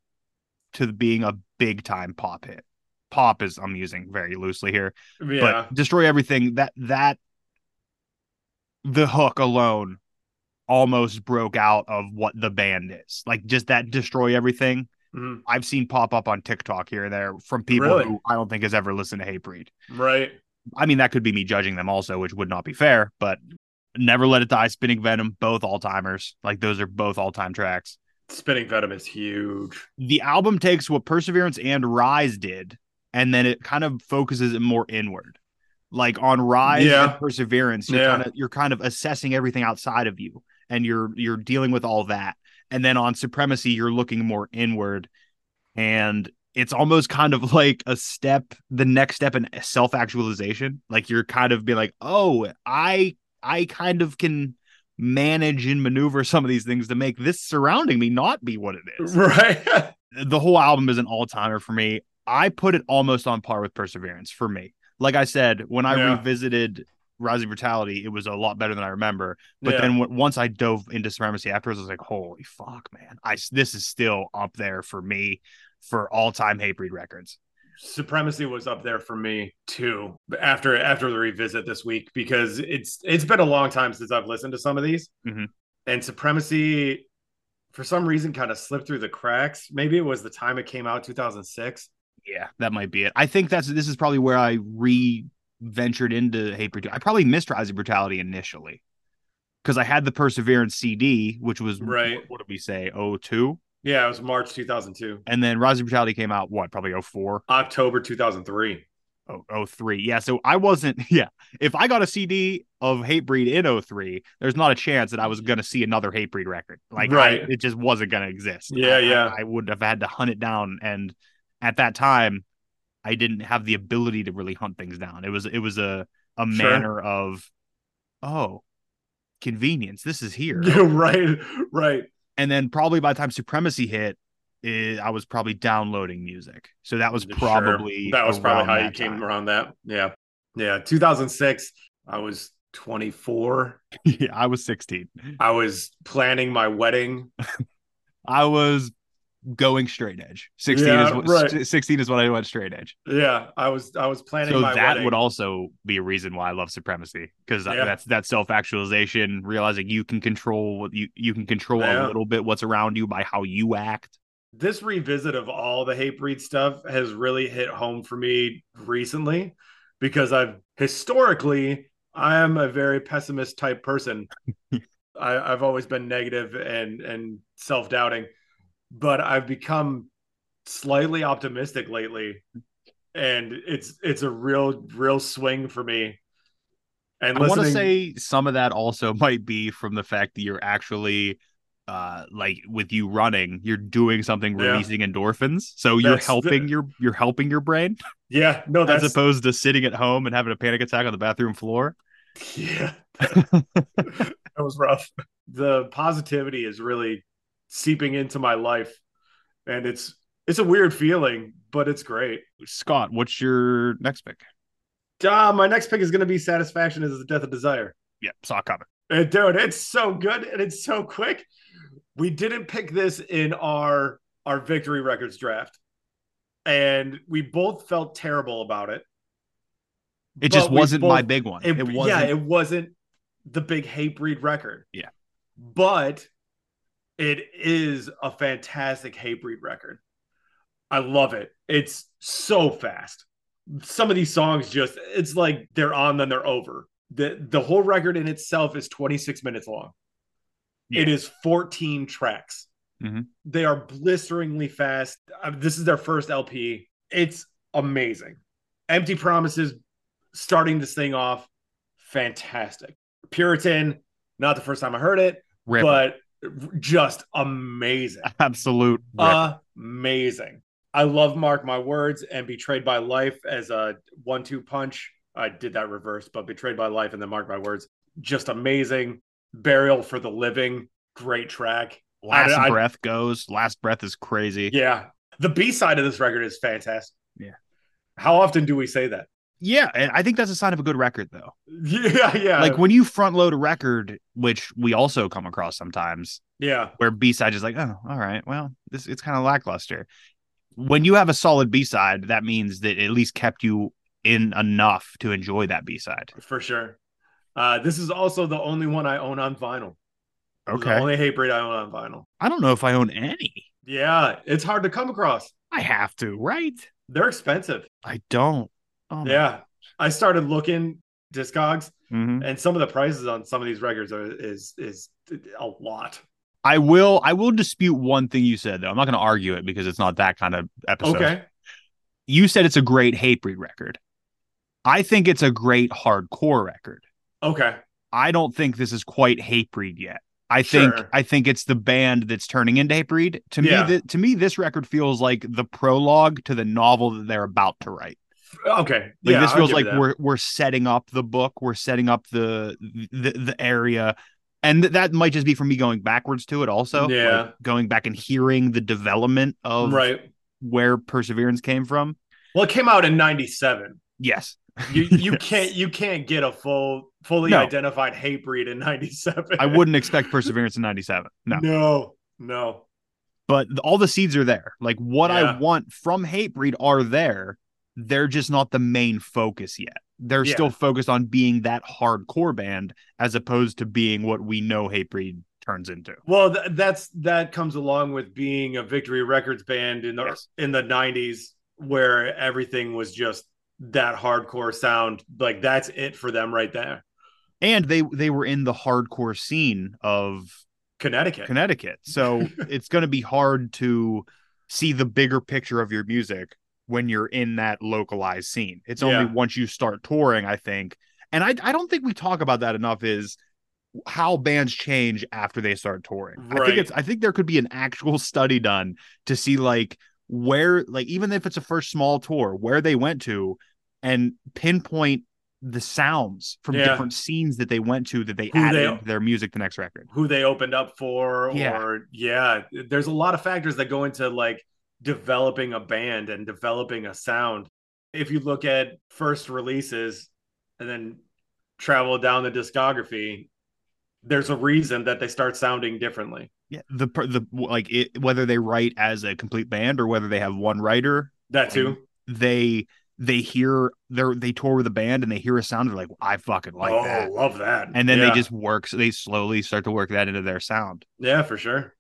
Speaker 4: to being a big time pop hit. Pop is I'm using very loosely here,
Speaker 3: Yeah.
Speaker 4: but Destroy Everything that that the hook alone almost broke out of what the band is. Like just that Destroy Everything
Speaker 3: Mhm.
Speaker 4: I've seen pop up on TikTok here and there from people
Speaker 3: Really?
Speaker 4: who I don't think has ever listened to Hatebreed.
Speaker 3: Right.
Speaker 4: I mean, that could be me judging them also, which would not be fair, but Never Let It Die, Spinning Venom, both all timers. Like those are both all time tracks.
Speaker 3: Spinning Venom is huge.
Speaker 4: The album takes what Perseverance and Rise did, and then it kind of focuses it more inward. Like on Rise
Speaker 3: Yeah.
Speaker 4: and Perseverance, you're
Speaker 3: Yeah.
Speaker 4: kind of you're kind of assessing everything outside of you and you're you're dealing with all that. And then on Supremacy, you're looking more inward. And it's almost kind of like a step the next step in self-actualization like you're kind of being like oh i i kind of can manage and maneuver some of these things to make this surrounding me not be what it is
Speaker 3: Right.
Speaker 4: the whole album is an all-timer for me i put it almost on par with perseverance for me like i said when i
Speaker 3: Yeah.
Speaker 4: revisited Rising Brutality, it was a lot better than I remember. But
Speaker 3: Yeah.
Speaker 4: then w- once I dove into Supremacy afterwards, I was like, holy fuck, man! I s- this is still up there for me for all time Hatebreed records.
Speaker 3: Supremacy was up there for me too after after the revisit this week because it's it's been a long time since I've listened to some of these.
Speaker 4: Mhm.
Speaker 3: And Supremacy for some reason kind of slipped through the cracks. Maybe it was the time it came out 2006.
Speaker 4: Yeah, that might be it. I think that's this is probably where I re ventured into Hatebreed. I probably missed Rising Brutality initially because I had the Perseverance CD, which was
Speaker 3: Right.
Speaker 4: What, what did we say? Oh two,
Speaker 3: Yeah, it was March 2002.
Speaker 4: and then Rising Brutality came out. What? Probably oh four.
Speaker 3: October 2003.
Speaker 4: Oh, oh three. Yeah. So I wasn't, yeah. If I got a CD of Hatebreed in oh three, there's not a chance that I was going to see another Hatebreed record. Like, I-
Speaker 3: Right.
Speaker 4: it just wasn't going to exist.
Speaker 3: Yeah,
Speaker 4: I- I-
Speaker 3: yeah.
Speaker 4: I, would have had to hunt it down. And at that time, I didn't have the ability to really hunt things down. It was, it was a,
Speaker 3: Sure.
Speaker 4: a manner of, oh, convenience. This is here.
Speaker 3: Yeah, right, right.
Speaker 4: And then probably by the time Supremacy hit, eh, I was probably downloading music. So that was
Speaker 3: Sure.
Speaker 4: probably,
Speaker 3: that was probably
Speaker 4: around
Speaker 3: how you
Speaker 4: that
Speaker 3: came
Speaker 4: time.
Speaker 3: around that. Yeah, yeah. 2006. I was 24.
Speaker 4: yeah, I was 16.
Speaker 3: I was planning my wedding.
Speaker 4: I was going straight edge. 16
Speaker 3: Yeah,
Speaker 4: is what,
Speaker 3: right.
Speaker 4: s- 16 is when I went straight edge.
Speaker 3: Yeah, I was I was planning
Speaker 4: So
Speaker 3: my
Speaker 4: that
Speaker 3: wedding.
Speaker 4: would also be a reason why I love supremacy because
Speaker 3: Yeah.
Speaker 4: that's that self-actualization, realizing you can control what you you can control
Speaker 3: Yeah.
Speaker 4: a little bit what's around you by how you act.
Speaker 3: this revisit of all the hate breed stuff has really hit home for me recently because I've historically I am a very pessimist type person. I, I've always been negative and and self doubting, but I've become slightly optimistic lately, and it's it's a real real swing for me. And
Speaker 4: I want to
Speaker 3: listening,
Speaker 4: say some of that also might be from the fact that you're actually uh like with you running, you're doing something
Speaker 3: Yeah.
Speaker 4: releasing endorphins. So you're
Speaker 3: That's the-
Speaker 4: helping your you're helping your brain
Speaker 3: yeah, no, that's
Speaker 4: as opposed to sitting at home and having a panic attack on the bathroom floor.
Speaker 3: Yeah. that was rough. The positivity is really seeping into my life and it's it's a weird feeling, but it's great.
Speaker 4: Scott, what's your next pick?
Speaker 3: Uh, my next pick is going to be Satisfaction is the Death of Desire.
Speaker 4: Yeah, saw it coming.
Speaker 3: And dude, it's so good and it's so quick. We didn't pick this in our our Victory Records draft. And we both felt terrible about it.
Speaker 4: It just
Speaker 3: But we
Speaker 4: wasn't my
Speaker 3: both-
Speaker 4: big one. It,
Speaker 3: It,
Speaker 4: wasn't.
Speaker 3: Yeah, it wasn't the big hate breed record.
Speaker 4: Yeah.
Speaker 3: But it is a fantastic hate breed record. I love it. It's so fast. Some of these songs just it's like they're on then they're over. The the whole record in itself is 26 minutes long. It is 14 tracks.
Speaker 4: Mhm.
Speaker 3: They are blisteringly fast. Uh, This is their first LP. It's amazing. Empty Promises starting this thing off fantastic. Puritan, not the first time I heard it,
Speaker 4: Ripper.
Speaker 3: but just amazing.
Speaker 4: absolute.
Speaker 3: Uh,
Speaker 4: Ripper.
Speaker 3: Amazing. I love Mark My Words and Betrayed by Life as a one two punch. I did that reverse, but Betrayed by Life and then Mark My Words. Just amazing. Burial for the Living. Great track.
Speaker 4: last
Speaker 3: I- I-
Speaker 4: breath goes. Last breath is crazy. Yeah.
Speaker 3: Yeah. The B side of this record is fantastic.
Speaker 4: Yeah.
Speaker 3: How often do we say that?
Speaker 4: and I think that's a sign of a good record, though.
Speaker 3: Yeah. Yeah.
Speaker 4: Like when you front load a record, which we also come across sometimes,
Speaker 3: yeah.
Speaker 4: where B side is like, oh, all right, well, this it's kind of lackluster. When you have a solid B side, that means that it at least kept you in enough to enjoy that B side.
Speaker 3: for sure. Uh, this is also the only one I own on vinyl. This is The only hate breed I own on vinyl.
Speaker 4: I don't know if I own any.
Speaker 3: Yeah, it's hard to come across.
Speaker 4: I have to, right?
Speaker 3: They're expensive.
Speaker 4: I don't. Oh my-
Speaker 3: Yeah, I started looking Discogs,
Speaker 4: Mhm.
Speaker 3: and some of the prices on some of these records are is is a lot.
Speaker 4: I will. I will dispute one thing you said though. I'm not going to argue it because it's not that kind of episode.
Speaker 3: Okay,
Speaker 4: You said it's a great hatebreed record. I think it's a great hardcore record.
Speaker 3: okay,
Speaker 4: I don't think this is quite hatebreed yet. I think
Speaker 3: Sure.
Speaker 4: I think it's the band that's turning into hatebreed. To
Speaker 3: Yeah.
Speaker 4: me, th- to me, this record feels like the prologue to the novel that they're about to write.
Speaker 3: okay.
Speaker 4: Like
Speaker 3: yeah,
Speaker 4: this
Speaker 3: I'll
Speaker 4: feels
Speaker 3: give you
Speaker 4: like
Speaker 3: that.
Speaker 4: we're we're setting up the book, we're setting up the the, the area, and th- that might just be for me going backwards to it. Also,
Speaker 3: Yeah.
Speaker 4: like going back and hearing the development of
Speaker 3: right.
Speaker 4: where Perseverance came from.
Speaker 3: Well, it came out in '97,
Speaker 4: Yes,
Speaker 3: You you
Speaker 4: Yes.
Speaker 3: can't you can't get a full fully
Speaker 4: No.
Speaker 3: identified hate breed in '97.
Speaker 4: I wouldn't expect Perseverance in 97. No.
Speaker 3: No. No.
Speaker 4: But th- all the seeds are there. Like what
Speaker 3: Yeah.
Speaker 4: I want from Hatebreed are there. They're just not the main focus yet. They're
Speaker 3: Yeah.
Speaker 4: still focused on being that hardcore band as opposed to being what we know Hatebreed turns into.
Speaker 3: Well, th- that's that comes along with being a Victory Records band in the
Speaker 4: Yes.
Speaker 3: in the '90s, where everything was just that hardcore sound. Like that's it for them right there.
Speaker 4: And they they were in the hardcore scene of
Speaker 3: Connecticut.
Speaker 4: Connecticut. So it's going to be hard to see the bigger picture of your music when you're in that localized scene. It's only
Speaker 3: Yeah.
Speaker 4: once you start touring, I think. And I, I don't think we talk about that enough is how bands change after they start touring. I
Speaker 3: Right.
Speaker 4: think it's I think there could be an actual study done to see like where like even if it's a first small tour, where they went to and pinpoint the sounds from
Speaker 3: Yeah.
Speaker 4: different scenes that they went to that they
Speaker 3: Who they
Speaker 4: added
Speaker 3: are.
Speaker 4: to their music the next record.
Speaker 3: who they opened up for
Speaker 4: Yeah.
Speaker 3: or yeah there's a lot of factors that go into like developing a band and developing a sound if you look at first releases and then travel down the discography there's a reason that they start sounding differently
Speaker 4: Yeah, the per- the like it, whether they write as a complete band or whether they have one writer,
Speaker 3: that
Speaker 4: Mm-hmm.
Speaker 3: too
Speaker 4: they they hear they are they tour with a band and they hear a sound they're like I fucking like
Speaker 3: oh
Speaker 4: that,
Speaker 3: love that
Speaker 4: and then
Speaker 3: Yeah.
Speaker 4: they just work so they slowly start to work that into their sound.
Speaker 3: yeah for sure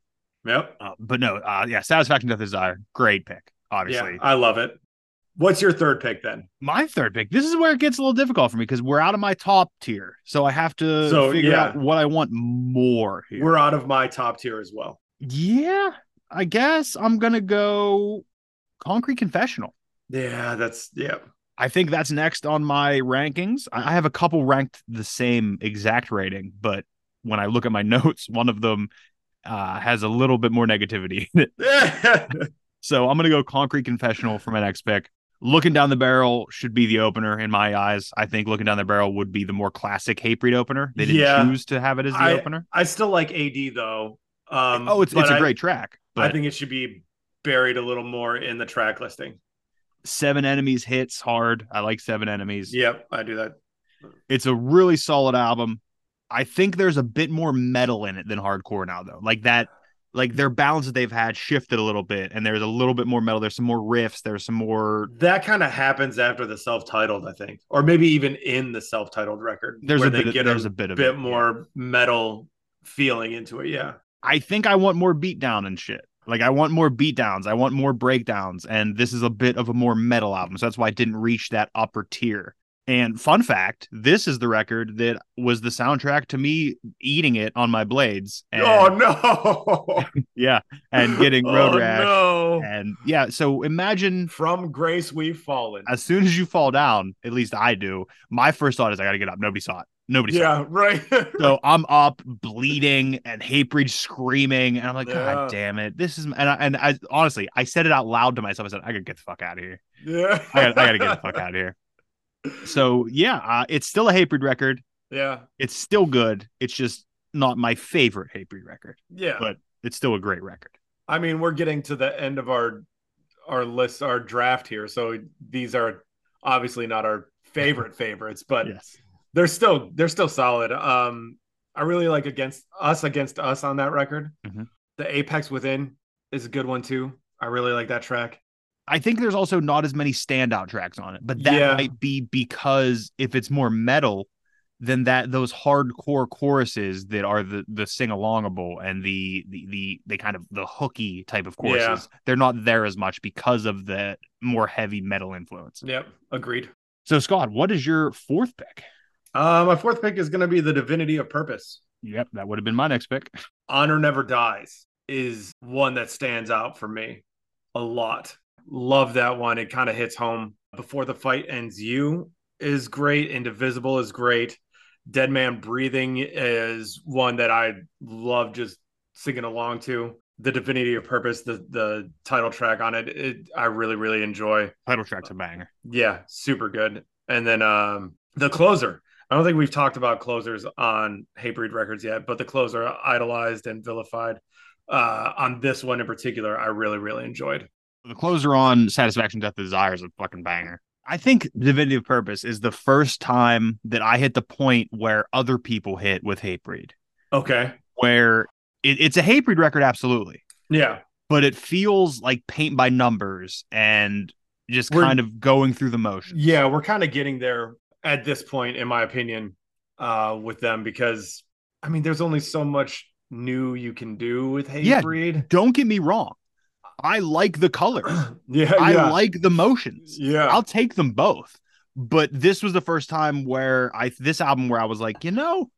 Speaker 3: yep
Speaker 4: Uh, but no, uh, yeah, Satisfaction, Death Desire, great pick, obviously.
Speaker 3: yeah i love it what's your third pick then
Speaker 4: My third pick. This is where it gets a little difficult for me because we're out of my top tier, so I have to
Speaker 3: So,
Speaker 4: figure
Speaker 3: yeah.
Speaker 4: out what I want more. Here.
Speaker 3: we're out of my top tier as well
Speaker 4: yeah, I guess I'm gonna go Concrete Confessional.
Speaker 3: yeah that's yeah
Speaker 4: I think that's next on my rankings. I I have a couple ranked the same exact rating, but when I look at my notes, one of them uh, has a little bit more negativity. in it. so I'm going to go Concrete Confessional for my next pick. Looking Down the Barrel should be the opener in my eyes. I think Looking Down the Barrel would be the more classic Hatebreed opener. They didn't
Speaker 3: Yeah.
Speaker 4: choose to have it as the
Speaker 3: I-
Speaker 4: opener.
Speaker 3: I still like AD though. Um,
Speaker 4: oh, it's
Speaker 3: but
Speaker 4: it's a
Speaker 3: I-
Speaker 4: great track. But
Speaker 3: I think it should be buried a little more in the track listing.
Speaker 4: Seven Enemies hits hard. I like Seven Enemies.
Speaker 3: Yep, I do that.
Speaker 4: It's a really solid album. I think there's a bit more metal in it than hardcore now, though. Like that, like their balance that they've had shifted a little bit, and there's a little bit more metal. There's some more riffs. There's some more.
Speaker 3: That kind of happens after the self-titled, I think, or maybe even in the self-titled record.
Speaker 4: There's
Speaker 3: where
Speaker 4: a
Speaker 3: they
Speaker 4: bit. Of,
Speaker 3: get
Speaker 4: there's
Speaker 3: a,
Speaker 4: a bit of
Speaker 3: bit
Speaker 4: it, yeah.
Speaker 3: more metal feeling into it. Yeah,
Speaker 4: I think I want more beatdown and shit. Like I want more beatdowns. I want more breakdowns, and this is a bit of a more metal album. So that's why I didn't reach that upper tier. And fun fact, this is the record that was the soundtrack to me eating it on my blades. And,
Speaker 3: oh no,
Speaker 4: yeah, and getting road
Speaker 3: oh,
Speaker 4: rash.
Speaker 3: No.
Speaker 4: And yeah, so imagine
Speaker 3: From grace we've fallen.
Speaker 4: as soon as you fall down, at least I do, my first thought is I gotta get up. Nobody saw it. Nobody saw it.
Speaker 3: Yeah, right.
Speaker 4: So I'm up bleeding and Hatebreed screaming, and I'm like, God
Speaker 3: Yeah.
Speaker 4: damn it, this is and I, and I honestly I said it out loud to myself. I said, I gotta get the fuck out of here.
Speaker 3: yeah,
Speaker 4: I gotta, I gotta get the fuck out of here. So yeah, uh, it's still a Hatebreed record.
Speaker 3: Yeah,
Speaker 4: It's still good. It's just not my favorite Hatebreed record,
Speaker 3: yeah.
Speaker 4: but it's still a great record.
Speaker 3: I mean, we're getting to the end of our our list, our draft here. So these are obviously not our favorite favorites, but
Speaker 4: yes.
Speaker 3: they're still they're still solid. Um, I really like against us against us on that record.
Speaker 4: Mhm.
Speaker 3: The Apex Within is a good one too. I really like that track.
Speaker 4: I think there's also not as many standout tracks on it, but that
Speaker 3: Yeah.
Speaker 4: might be because if it's more metal, then that those hardcore choruses that are the the sing alongable and the, the the the kind of the hooky type of
Speaker 3: Yeah.
Speaker 4: choruses, they're not there as much because of the more heavy metal influence.
Speaker 3: Yep, agreed.
Speaker 4: So Scott, what is your fourth pick?
Speaker 3: Uh, my fourth pick is going to be the Divinity of Purpose.
Speaker 4: Yep, that would have been my next pick.
Speaker 3: Honor Never Dies is one that stands out for me a lot. Love that one. It kind of hits home. Before the Fight Ends You is great. Indivisible is great. Dead Man Breathing is one that I love just singing along to. The Divinity of Purpose, the the title track on it, it I really, really enjoy.
Speaker 4: Title track's a banger.
Speaker 3: Yeah, super good. And then um the closer. I don't think we've talked about closers on Hatebreed Records yet, but the closer idolized and vilified uh on this one in particular, I really, really enjoyed.
Speaker 4: The closer on Satisfaction, Death, Desire is a fucking banger. I think Divinity of Purpose is the first time that I hit the point where other people hit with Hatebreed,
Speaker 3: Okay.
Speaker 4: where it, it's a Hatebreed record, absolutely,
Speaker 3: Yeah.
Speaker 4: but it feels like paint by numbers and just
Speaker 3: We're-
Speaker 4: kind of going through the motion.
Speaker 3: Yeah, we're kind of getting there at this point, in my opinion, uh, with them because I mean there's only so much new you can do with
Speaker 4: Yeah.
Speaker 3: Hatebreed.
Speaker 4: Don't get me wrong. I like the colors.
Speaker 3: Yeah,
Speaker 4: I
Speaker 3: yeah.
Speaker 4: like the motions.
Speaker 3: yeah.
Speaker 4: I'll take them both. But this was the first time where I this album where I was like, you know,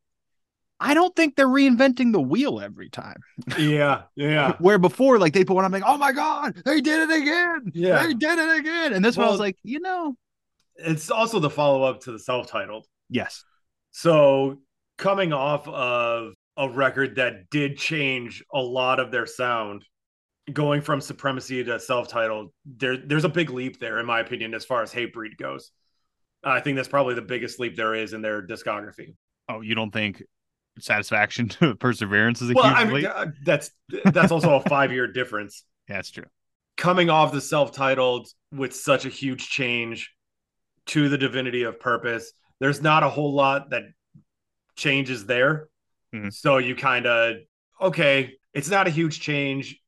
Speaker 4: I don't think they're reinventing the wheel every time.
Speaker 3: yeah, yeah.
Speaker 4: Where before, like they put one, I'm like, oh my god, they did it again.
Speaker 3: Yeah.
Speaker 4: they did it again. And this one, I was
Speaker 3: Well-
Speaker 4: like, you know,
Speaker 3: It's also the follow-up to the self-titled.
Speaker 4: yes,
Speaker 3: So coming off of a record that did change a lot of their sound, going from supremacy to self-titled, there there's a big leap there, in my opinion, as far as Hatebreed goes. I think that's probably the biggest leap there is in their discography.
Speaker 4: oh, you don't think satisfaction to perseverance is a
Speaker 3: Well,
Speaker 4: huge
Speaker 3: I
Speaker 4: leap?
Speaker 3: mean, uh, that's that's also a five-year difference.
Speaker 4: Yeah, that's true.
Speaker 3: Coming off the self-titled with such a huge change to the divinity of purpose, there's not a whole lot that changes there.
Speaker 4: Mhm.
Speaker 3: So you kind of okay, it's not a huge change.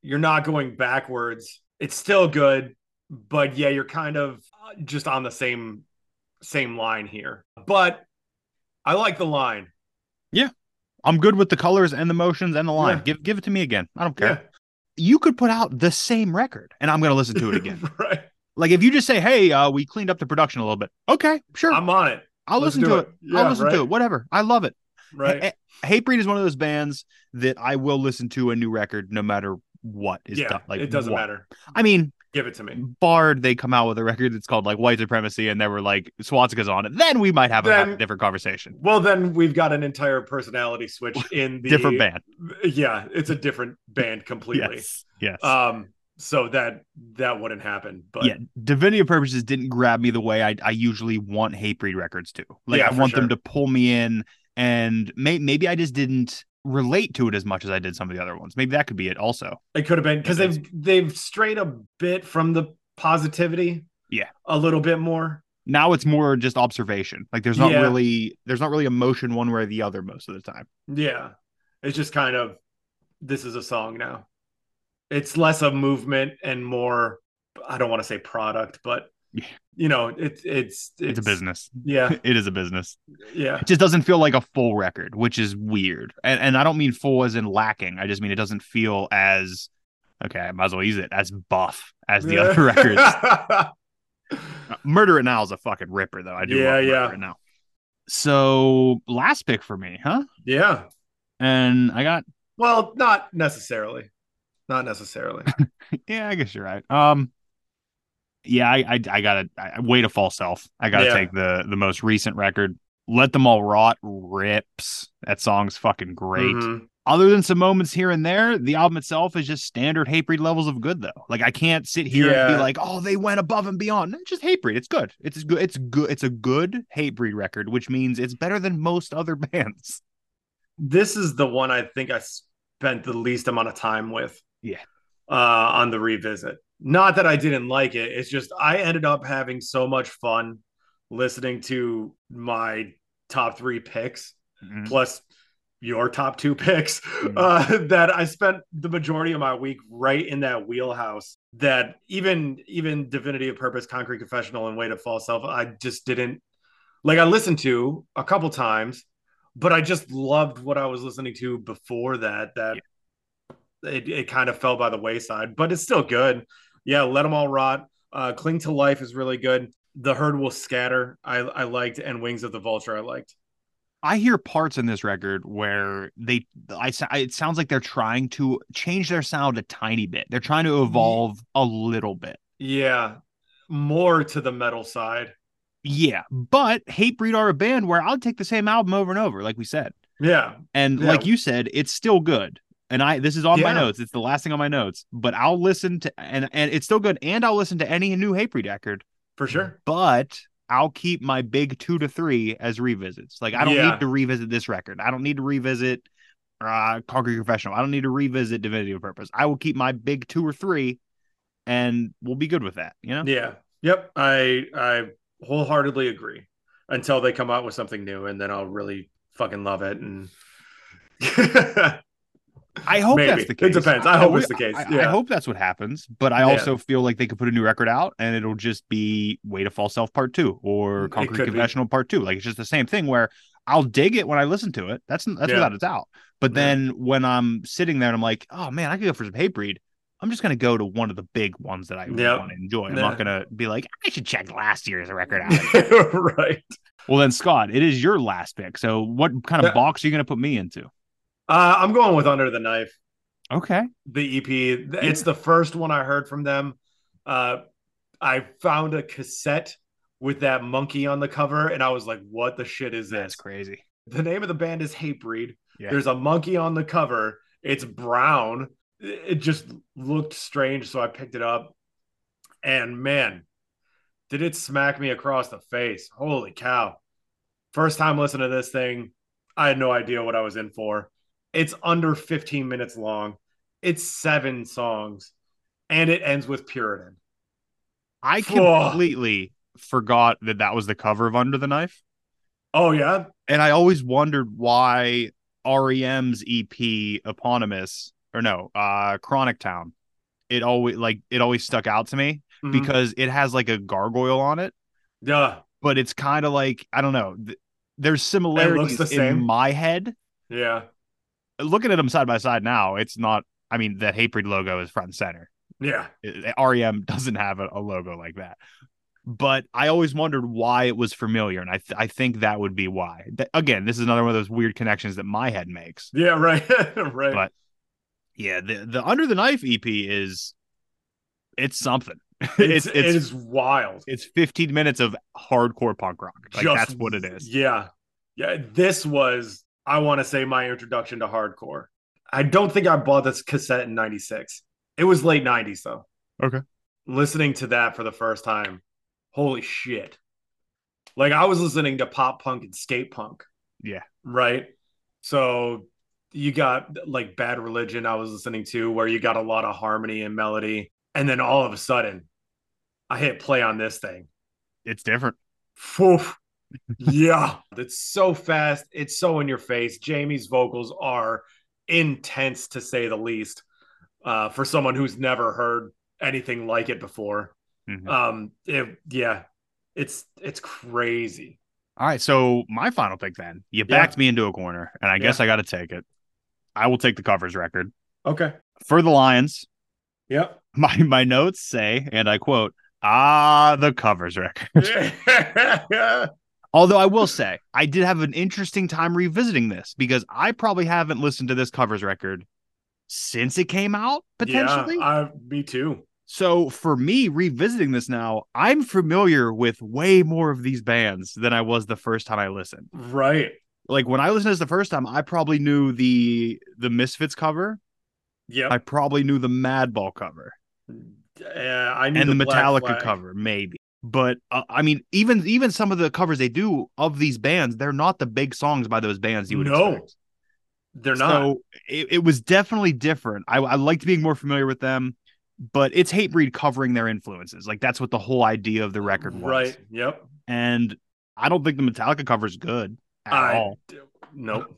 Speaker 3: You're not going backwards. It's still good, but yeah, you're kind of uh, just on the same same line here. But I like the line.
Speaker 4: I'm good with the colors and the motions and the line.
Speaker 3: Yeah.
Speaker 4: Give give it to me again. I don't care.
Speaker 3: Yeah.
Speaker 4: You could put out the same record, and I'm going to listen to it again.
Speaker 3: right.
Speaker 4: Like if you just say, "Hey, uh, we cleaned up the production a little bit." Okay, sure. i
Speaker 3: I'm on it.
Speaker 4: will
Speaker 3: let's
Speaker 4: listen
Speaker 3: do
Speaker 4: to
Speaker 3: it.
Speaker 4: it. I'll
Speaker 3: Yeah,
Speaker 4: listen
Speaker 3: right.
Speaker 4: to it. Whatever. I love it.
Speaker 3: Right.
Speaker 4: H- Hatebreed is one of those bands that I will listen to a new record no matter what is
Speaker 3: yeah,
Speaker 4: done. Like
Speaker 3: it doesn't
Speaker 4: what.
Speaker 3: matter.
Speaker 4: I mean,
Speaker 3: Give it to me.
Speaker 4: Bard they come out with a record that's called like White Supremacy, and they were like Swatska's on it. Then we might have a, have a
Speaker 3: Then-
Speaker 4: different conversation.
Speaker 3: Well, then we've got an entire personality switch in the
Speaker 4: different band.
Speaker 3: Yeah, it's a different band completely.
Speaker 4: Yes. Yes.
Speaker 3: Um, so that that wouldn't happen. But
Speaker 4: yeah, Divinity of Purposes didn't grab me the way I, I usually want Hatebreed records to. Like
Speaker 3: Yeah,
Speaker 4: I
Speaker 3: for
Speaker 4: want them
Speaker 3: sure.
Speaker 4: to pull me in, and may, maybe I just didn't relate to it as much as I did some of the other ones. Maybe that could be it. Also,
Speaker 3: it could have been because they've they've strayed a bit from the positivity.
Speaker 4: Yeah.
Speaker 3: a little bit more.
Speaker 4: now it's more just observation. Like there's not
Speaker 3: Yeah.
Speaker 4: really there's not really emotion one way or the other most of the time.
Speaker 3: Yeah, it's just kind of this is a song now. It's less of movement and more. I don't want to say product, but
Speaker 4: Yeah.
Speaker 3: you know, it's it's
Speaker 4: It's, a business.
Speaker 3: Yeah,
Speaker 4: it is a business.
Speaker 3: yeah.
Speaker 4: It just doesn't feel like a full record, which is weird. And and I don't mean full as in lacking. I just mean it doesn't feel as okay. I might as well use it as buff as the other records. Uh, Murder It Now is a fucking ripper, though. I do.
Speaker 3: Yeah,
Speaker 4: love
Speaker 3: yeah.
Speaker 4: Murder It Now. So last pick for me, huh?
Speaker 3: yeah.
Speaker 4: And I got
Speaker 3: Well, not necessarily. Not necessarily.
Speaker 4: yeah. I guess you're right. Um, yeah, I I, I gotta I, way to fall self. I gotta
Speaker 3: Yeah.
Speaker 4: take the the most recent record. Let them all rot rips. That song's fucking great.
Speaker 3: Mhm.
Speaker 4: Other than some moments here and there, the album itself is just standard Hatebreed levels of good, though. Like I can't sit here and
Speaker 3: Yeah.
Speaker 4: be like, "Oh, they went above and beyond." No, It's just Hatebreed. It's good. It's as good. It's good. It's a good Hatebreed record, which means it's better than most other bands.
Speaker 3: This is the one I think I spent the least amount of time with.
Speaker 4: Yeah.
Speaker 3: Uh, on the revisit. Not that I didn't like it. It's just I ended up having so much fun listening to my top three picks
Speaker 4: Mm-hmm.
Speaker 3: plus your top two picks uh, that I spent the majority of my week right in that wheelhouse that even even divinity of purpose concrete confessional and way to fall self I just didn't like I listened to a couple times but I just loved what I was listening to before that that it, it kind of fell by the wayside but it's still good yeah let them all rot uh, cling to life is really good the herd will scatter I, I liked and wings of the vulture I liked
Speaker 4: I hear parts in this record where they, I, s- I- it sounds like they're trying to change their sound a tiny bit. They're trying to evolve a little bit.
Speaker 3: Yeah, more to the metal side.
Speaker 4: Yeah, but Hatebreed are a band where I'll take the same album over and over, like we said.
Speaker 3: Yeah,
Speaker 4: And
Speaker 3: Yeah.
Speaker 4: like you said, it's still good. And I this is on my
Speaker 3: Yeah.
Speaker 4: notes. It's the last thing on my notes. But I'll listen to and and it's still good. And I'll listen to any new Hatebreed record.
Speaker 3: for sure.
Speaker 4: But I'll keep my big two to three as revisits. Like I don't
Speaker 3: Yeah.
Speaker 4: need to revisit this record. I don't need to revisit uh Concrete Confessional. I don't need to revisit Divinity of Purpose. I will keep my big two or three, and we'll be good with that. You know.
Speaker 3: Yeah, Yep, I I wholeheartedly agree. Until they come out with something new, and then I'll really fucking love it. And
Speaker 4: I hope
Speaker 3: Maybe.
Speaker 4: that's the case.
Speaker 3: It depends. I hope
Speaker 4: we-
Speaker 3: it's the case.
Speaker 4: I, I
Speaker 3: Yeah.
Speaker 4: hope that's what happens. But I
Speaker 3: Yeah.
Speaker 4: also feel like they could put a new record out and it'll just be Way to Fall Self Part Two or
Speaker 3: It
Speaker 4: Concrete
Speaker 3: could be.
Speaker 4: Confessional Part Two. Like it's just the same thing where I'll dig it when I listen to it. That's that's
Speaker 3: Yeah.
Speaker 4: without a doubt. But
Speaker 3: Yeah.
Speaker 4: then when I'm sitting there and I'm like, oh man, I could go for some hate breed. I'm just gonna go to one of the big ones that I
Speaker 3: Yep.
Speaker 4: want to enjoy. I'm
Speaker 3: Yeah.
Speaker 4: not gonna be like, I should check last year's record out.
Speaker 3: right.
Speaker 4: well then, Scott, it is your last pick. So what kind of
Speaker 3: Yeah.
Speaker 4: box are you gonna put me into?
Speaker 3: Uh, I'm going with Under the Knife.
Speaker 4: Okay.
Speaker 3: the EP. It's the first one I heard from them. Uh, I found a cassette with that monkey on the cover, and I was like, "What the shit is this?"
Speaker 4: That's crazy.
Speaker 3: The name of the band is Hatebreed.
Speaker 4: Yeah.
Speaker 3: There's a monkey on the cover. It's brown. It it just looked strange, so I picked it up. And man, did it smack me across the face. Holy cow. First time listening to this thing, I had no idea what I was in for. It's under 15 minutes long. It's seven songs. And it ends with Puritan.
Speaker 4: I
Speaker 3: Phew.
Speaker 4: completely forgot that that was the cover of Under the Knife,
Speaker 3: Oh yeah.
Speaker 4: and I always wondered why E REM's EP eponymous or no, uh Chronic Town. It always like it always stuck out to me
Speaker 3: Mhm.
Speaker 4: because it has like a gargoyle on it,
Speaker 3: yeah.
Speaker 4: but it's kind of like I don't know. Th- there's similarities
Speaker 3: the
Speaker 4: in
Speaker 3: same.
Speaker 4: my head.
Speaker 3: Yeah.
Speaker 4: Looking at them side by side now, it's not. I mean, that Hatebreed logo is front and center.
Speaker 3: Yeah.
Speaker 4: Uh, REM doesn't have a, a logo like that. But I always wondered why it was familiar, and I th- I think that would be why. Th- again, this is another one of those weird connections that my head makes.
Speaker 3: Yeah, right. right.
Speaker 4: But- Yeah, the the Under the Knife EP is it's something.
Speaker 3: it's,
Speaker 4: It's it's
Speaker 3: it
Speaker 4: it's,
Speaker 3: is wild.
Speaker 4: 15 minutes of hardcore punk rock. Like that's what it is.
Speaker 3: Yeah. Yeah. This was, I want to say, my introduction to hardcore. I don't think I bought this cassette in 96. It was late 90s, though.
Speaker 4: Okay.
Speaker 3: Listening to that for the first time, holy shit. Like, I was listening to pop punk and skate punk.
Speaker 4: Yeah.
Speaker 3: Right. So you got like Bad Religion, I was listening to, where you got a lot of harmony and melody. And then all of a sudden, I hit play on this thing.
Speaker 4: It's different.
Speaker 3: Phew. yeah, it's so fast. It's so in your face. Jamie's vocals are intense to say the least uh, for someone who's never heard anything like it before.
Speaker 4: Mhm.
Speaker 3: Um, it- yeah, it's it's crazy.
Speaker 4: All right, so my final pick then. You
Speaker 3: Yeah.
Speaker 4: backed me into a corner, and I guess I got to take it. I will take the covers record
Speaker 3: Okay.
Speaker 4: for the Lions.
Speaker 3: Yep.
Speaker 4: my my notes say, and I quote, "Ah, the covers record." Although I will say, I did have an interesting time revisiting this because I probably haven't listened to this covers record since it came out potentially.
Speaker 3: Yeah, I, me too.
Speaker 4: so for me revisiting this now, I'm familiar with way more of these bands than I was the first time I listened.
Speaker 3: Right.
Speaker 4: Like when I listened to this the first time, I probably knew the the Misfits cover.
Speaker 3: Yep.
Speaker 4: I probably knew the Madball cover.
Speaker 3: Yeah, I knew
Speaker 4: and the,
Speaker 3: Black
Speaker 4: Metallica
Speaker 3: Flag.
Speaker 4: cover, maybe. But uh, I mean, even even some of the covers they do of these bands, they're not the big songs by those bands you would
Speaker 3: No,
Speaker 4: expect.
Speaker 3: They're not.
Speaker 4: So it, it was definitely different. I, I liked being more familiar with them, but it's Hatebreed covering their influences. Like that's what the whole idea of the record was.
Speaker 3: right. Yep.
Speaker 4: And I don't think the Metallica cover is good at
Speaker 3: I-
Speaker 4: all.
Speaker 3: Nope. I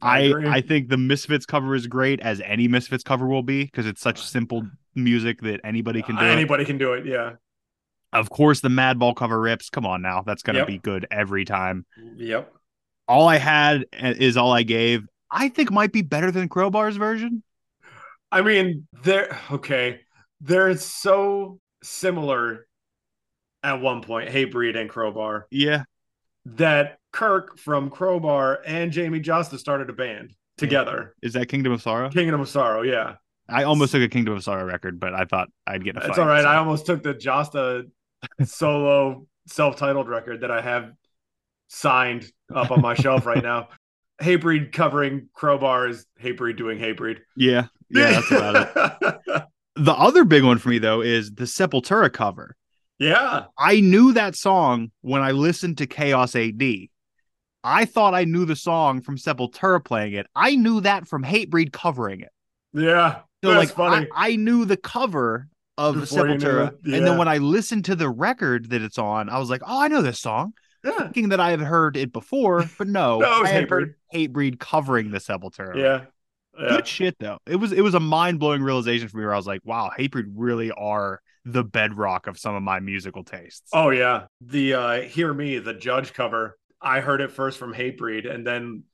Speaker 4: I
Speaker 3: agree.
Speaker 4: I think the Misfits cover is great as any Misfits cover will be because it's
Speaker 3: Uh,
Speaker 4: such simple music that anybody can do. it.
Speaker 3: Anybody can do it. Yeah.
Speaker 4: Of course, the Madball cover rips. Come on now. That's going to
Speaker 3: Yep.
Speaker 4: be good every time.
Speaker 3: Yep.
Speaker 4: All I had eh, is all I gave. I think might be better than Crowbar's version.
Speaker 3: I mean, they're okay. They're so similar at one point, Hey Breed and Crowbar,
Speaker 4: Yeah.
Speaker 3: that Kirk from Crowbar and Jamie Josta started a band together.
Speaker 4: Is that Kingdom of Sorrow?
Speaker 3: Kingdom of Sorrow, yeah.
Speaker 4: I almost took a Kingdom of Sorrow record, but I thought I'd get in a
Speaker 3: That's
Speaker 4: fight,
Speaker 3: all right.
Speaker 4: so-
Speaker 3: I almost took the Josta solo self-titled record that I have signed up on my shelf right now. Hey Breed covering Crowbar is Hey Breed doing Hey Breed.
Speaker 4: Yeah. Yeah. That's about it. The other big one for me, though, is the Sepultura cover.
Speaker 3: yeah.
Speaker 4: I knew that song when I listened to Chaos AD. I thought I knew the song from Sepultura playing it. I knew that from Hatebreed covering it.
Speaker 3: Yeah.
Speaker 4: So
Speaker 3: That's
Speaker 4: like
Speaker 3: funny.
Speaker 4: I, I knew the cover of
Speaker 3: Before you knew
Speaker 4: Sepultura.
Speaker 3: it,
Speaker 4: And
Speaker 3: yeah.
Speaker 4: then when I listened to the record that it's on, I was like, oh, I know this song.
Speaker 3: Yeah.
Speaker 4: Thinking that I had heard it before, but no,
Speaker 3: No, it was
Speaker 4: I had
Speaker 3: Hatebreed.
Speaker 4: heard Hatebreed covering the Sepultura.
Speaker 3: Yeah. Yeah.
Speaker 4: Good shit though. It was it was a mind blowing realization for me where I was like, wow, Hatebreed really are the bedrock of some of my musical tastes.
Speaker 3: Oh yeah, the uh "Hear Me" the Judge cover. I heard it first from Hatebreed, and then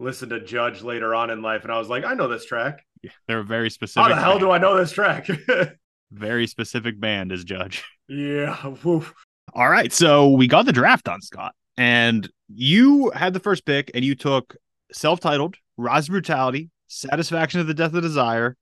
Speaker 3: listened to Judge later on in life, and I was like, I know this track.
Speaker 4: They're a very specific.
Speaker 3: How the hell
Speaker 4: band.
Speaker 3: do I know this track?
Speaker 4: Very specific band as Judge.
Speaker 3: yeah, woof.
Speaker 4: All right, so we got the draft on Scott, and you had the first pick, and you took self-titled Rise of Brutality, Satisfaction of the Death of Desire,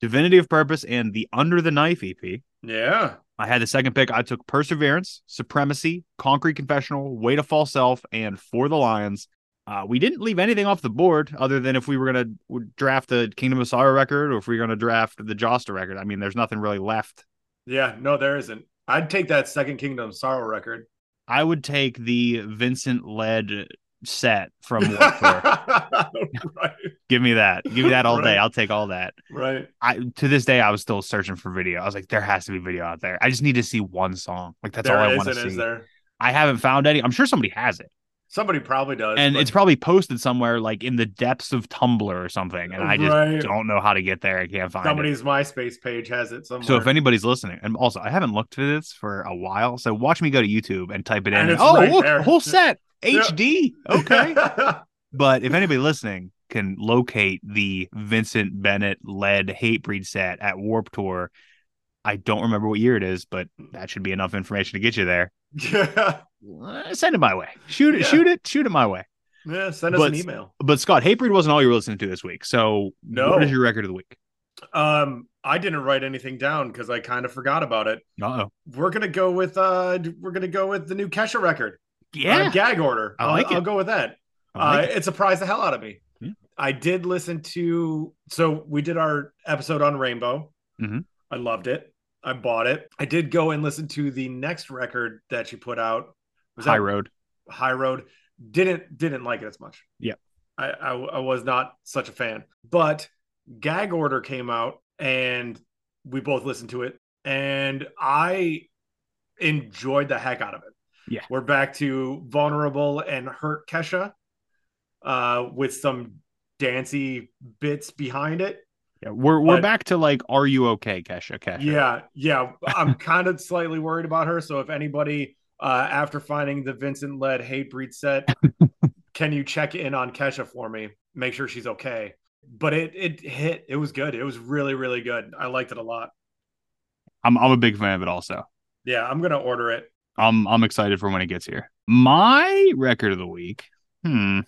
Speaker 4: Divinity of Purpose, and the Under the Knife EP.
Speaker 3: yeah,
Speaker 4: I had the second pick. I took Perseverance, Supremacy, Concrete Confessional, Way to Fall Self, and For the Lions. Uh, we didn't leave anything off the board other than if we were going to draft the Kingdom of Sorrow record or if we were going to draft the Josta record. I mean, there's nothing really left.
Speaker 3: yeah. No, there isn't. I'd take that Second Kingdom Sorrow record.
Speaker 4: I would take the Vincent led set from Warfare.
Speaker 3: right,
Speaker 4: Give me that. Give me that all day.
Speaker 3: Right.
Speaker 4: I'll take all that.
Speaker 3: right.
Speaker 4: I to this day I was still searching for video. I was like, there has to be video out there. I just need to see one song. Like that's
Speaker 3: There
Speaker 4: all I
Speaker 3: isn't,
Speaker 4: want to
Speaker 3: Is
Speaker 4: see.
Speaker 3: there?
Speaker 4: I haven't found any. I'm sure somebody has it.
Speaker 3: Somebody probably does.
Speaker 4: and
Speaker 3: but-
Speaker 4: it's probably posted somewhere like in the depths of Tumblr or something. And I just
Speaker 3: Right.
Speaker 4: don't know how to get there. I can't find it.
Speaker 3: somebody's MySpace page has it somewhere.
Speaker 4: So if anybody's listening, and also I haven't looked for this for a while, so watch me go to YouTube and type it in.
Speaker 3: And
Speaker 4: and,
Speaker 3: it's
Speaker 4: oh,
Speaker 3: right
Speaker 4: look,
Speaker 3: there.
Speaker 4: whole set
Speaker 3: Yeah.
Speaker 4: HD. Okay, but if anybody listening can locate the Vincent Bennett led Hatebreed set at Warp Tour, I don't remember what year it is, but that should be enough information to get you there.
Speaker 3: yeah,
Speaker 4: Uh, Send it my way. Shoot it.
Speaker 3: Yeah.
Speaker 4: Shoot it. Shoot it my way.
Speaker 3: yeah. Send us
Speaker 4: But-
Speaker 3: an email.
Speaker 4: But Scott, Hatebreed wasn't all you were listening to this week. So
Speaker 3: No.
Speaker 4: what is your record of the week?
Speaker 3: Um, I didn't write anything down because I kind of forgot about it.
Speaker 4: Uh oh.
Speaker 3: We're gonna go with uh, we're gonna go with the new Kesha record. uh, gag order.
Speaker 4: I
Speaker 3: I'll-
Speaker 4: like
Speaker 3: I'll,
Speaker 4: it.
Speaker 3: go with that.
Speaker 4: I like
Speaker 3: uh, it. surprised the hell out of me.
Speaker 4: Yeah.
Speaker 3: I did listen to. So we did our episode on Rainbow.
Speaker 4: Mhm.
Speaker 3: I loved it. I bought it. I did go and listen to the next record that she put out. Was that
Speaker 4: High Road.
Speaker 3: High Road. Didn't didn't like it as much.
Speaker 4: Yeah.
Speaker 3: I, I I was not such a fan. But Gag Order came out and we both listened to it and I enjoyed the heck out of it.
Speaker 4: Yeah.
Speaker 3: We're back to vulnerable and hurt Kesha uh with some dancey bits behind it.
Speaker 4: Yeah, we're we're
Speaker 3: But-
Speaker 4: back to like, are you okay, Kesha? Kesha.
Speaker 3: Yeah, yeah. I'm kind of slightly worried about her. So if anybody uh after finding the Vincent led hate breed set, can you check in on Kesha for me? Make sure she's okay. But it it hit. It was good. It was really, really good. I liked it a lot.
Speaker 4: I'm I'm a big fan of it. Also,
Speaker 3: Yeah, I'm gonna order it.
Speaker 4: I'm I'm excited for when it gets here. My record of the week. Hmm.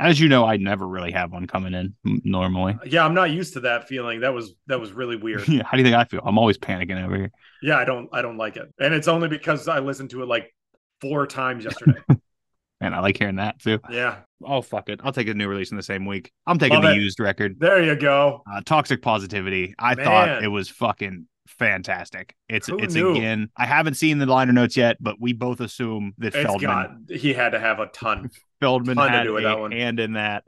Speaker 4: As you know, I never really have one coming in m- normally.
Speaker 3: Yeah, I'm not used to that feeling. That was that was really weird.
Speaker 4: Yeah, How do you think I feel? I'm always panicking over here.
Speaker 3: yeah, I don't I don't like it. And it's only because I listened to it like four times yesterday.
Speaker 4: And I like hearing that too.
Speaker 3: yeah.
Speaker 4: Oh fuck it. I'll take a new release in the same week. I'm taking
Speaker 3: Love
Speaker 4: the
Speaker 3: it.
Speaker 4: used record.
Speaker 3: There you go.
Speaker 4: uh, toxic positivity. I thought
Speaker 3: Man.
Speaker 4: it was fucking fantastic. It's
Speaker 3: Who
Speaker 4: it's
Speaker 3: knew?
Speaker 4: again. I haven't seen the liner notes yet, but we both assume that
Speaker 3: It's
Speaker 4: Feldman
Speaker 3: got he had to have a ton
Speaker 4: Feldman
Speaker 3: ton to
Speaker 4: had
Speaker 3: do with
Speaker 4: a
Speaker 3: that one.
Speaker 4: hand in that.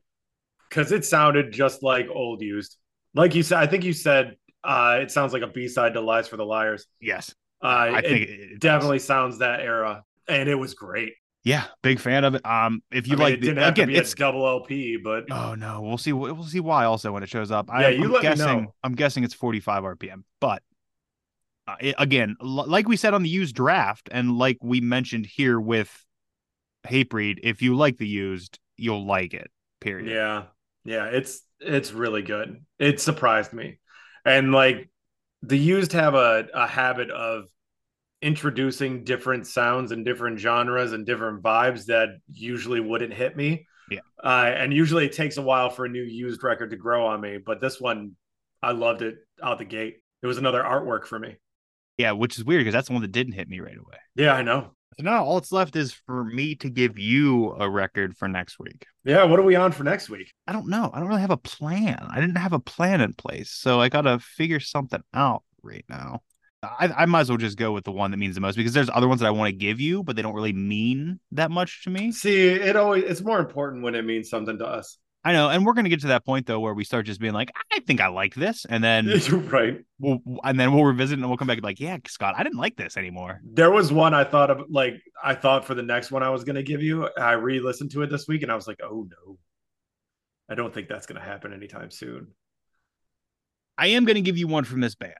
Speaker 3: because it sounded just like old used. Like you said, I think you said uh, it sounds like a B side to Lies for the Liars.
Speaker 4: Yes,
Speaker 3: Uh,
Speaker 4: I
Speaker 3: it
Speaker 4: think it, it does.
Speaker 3: definitely sounds that era, and it was great.
Speaker 4: Yeah, big fan of it. Um, if you
Speaker 3: I mean,
Speaker 4: like
Speaker 3: it
Speaker 4: the-
Speaker 3: didn't have
Speaker 4: again,
Speaker 3: to be
Speaker 4: it's
Speaker 3: a double LP, but
Speaker 4: oh no, we'll see. We'll see why also when it shows up. I,
Speaker 3: Yeah, you
Speaker 4: I'm
Speaker 3: let me
Speaker 4: guessing.
Speaker 3: know.
Speaker 4: I'm guessing it's 45 RPM, but. Uh, it- again, l- like we said on the used draft, and like we mentioned here with Hatebreed, if you like the used, you'll like it. Period.
Speaker 3: yeah, yeah, it's it's really good. It surprised me, and like the used have a a habit of introducing different sounds and different genres and different vibes that usually wouldn't hit me.
Speaker 4: Yeah.
Speaker 3: Uh, and usually it takes a while for a new used record to grow on me, but this one, I loved it out the gate. It was another artwork for me.
Speaker 4: Yeah, which is weird because that's the one that didn't hit me right away.
Speaker 3: Yeah, I know.
Speaker 4: So now all it's left is for me to give you a record for next week.
Speaker 3: Yeah, what are we on for next week?
Speaker 4: I don't know. I don't really have a plan. I didn't have a plan in place. So I got to figure something out right now. I, I might as well just go with the one that means the most because there's other ones that I want to give you, but they don't really mean that much to me.
Speaker 3: See, it always it's more important when it means something to us.
Speaker 4: I know, and we're going to get to that point though where we start just being like, I think I like this, and then
Speaker 3: You're right.
Speaker 4: we'll and then we'll revisit and we'll come back and be like, yeah, Scott, I didn't like this anymore.
Speaker 3: There was one I thought of, like I thought for the next one I was gonna give you. I re-listened to it this week, and I was like, "Oh no, I don't think that's gonna happen anytime soon."
Speaker 4: I am going to give you one from this band.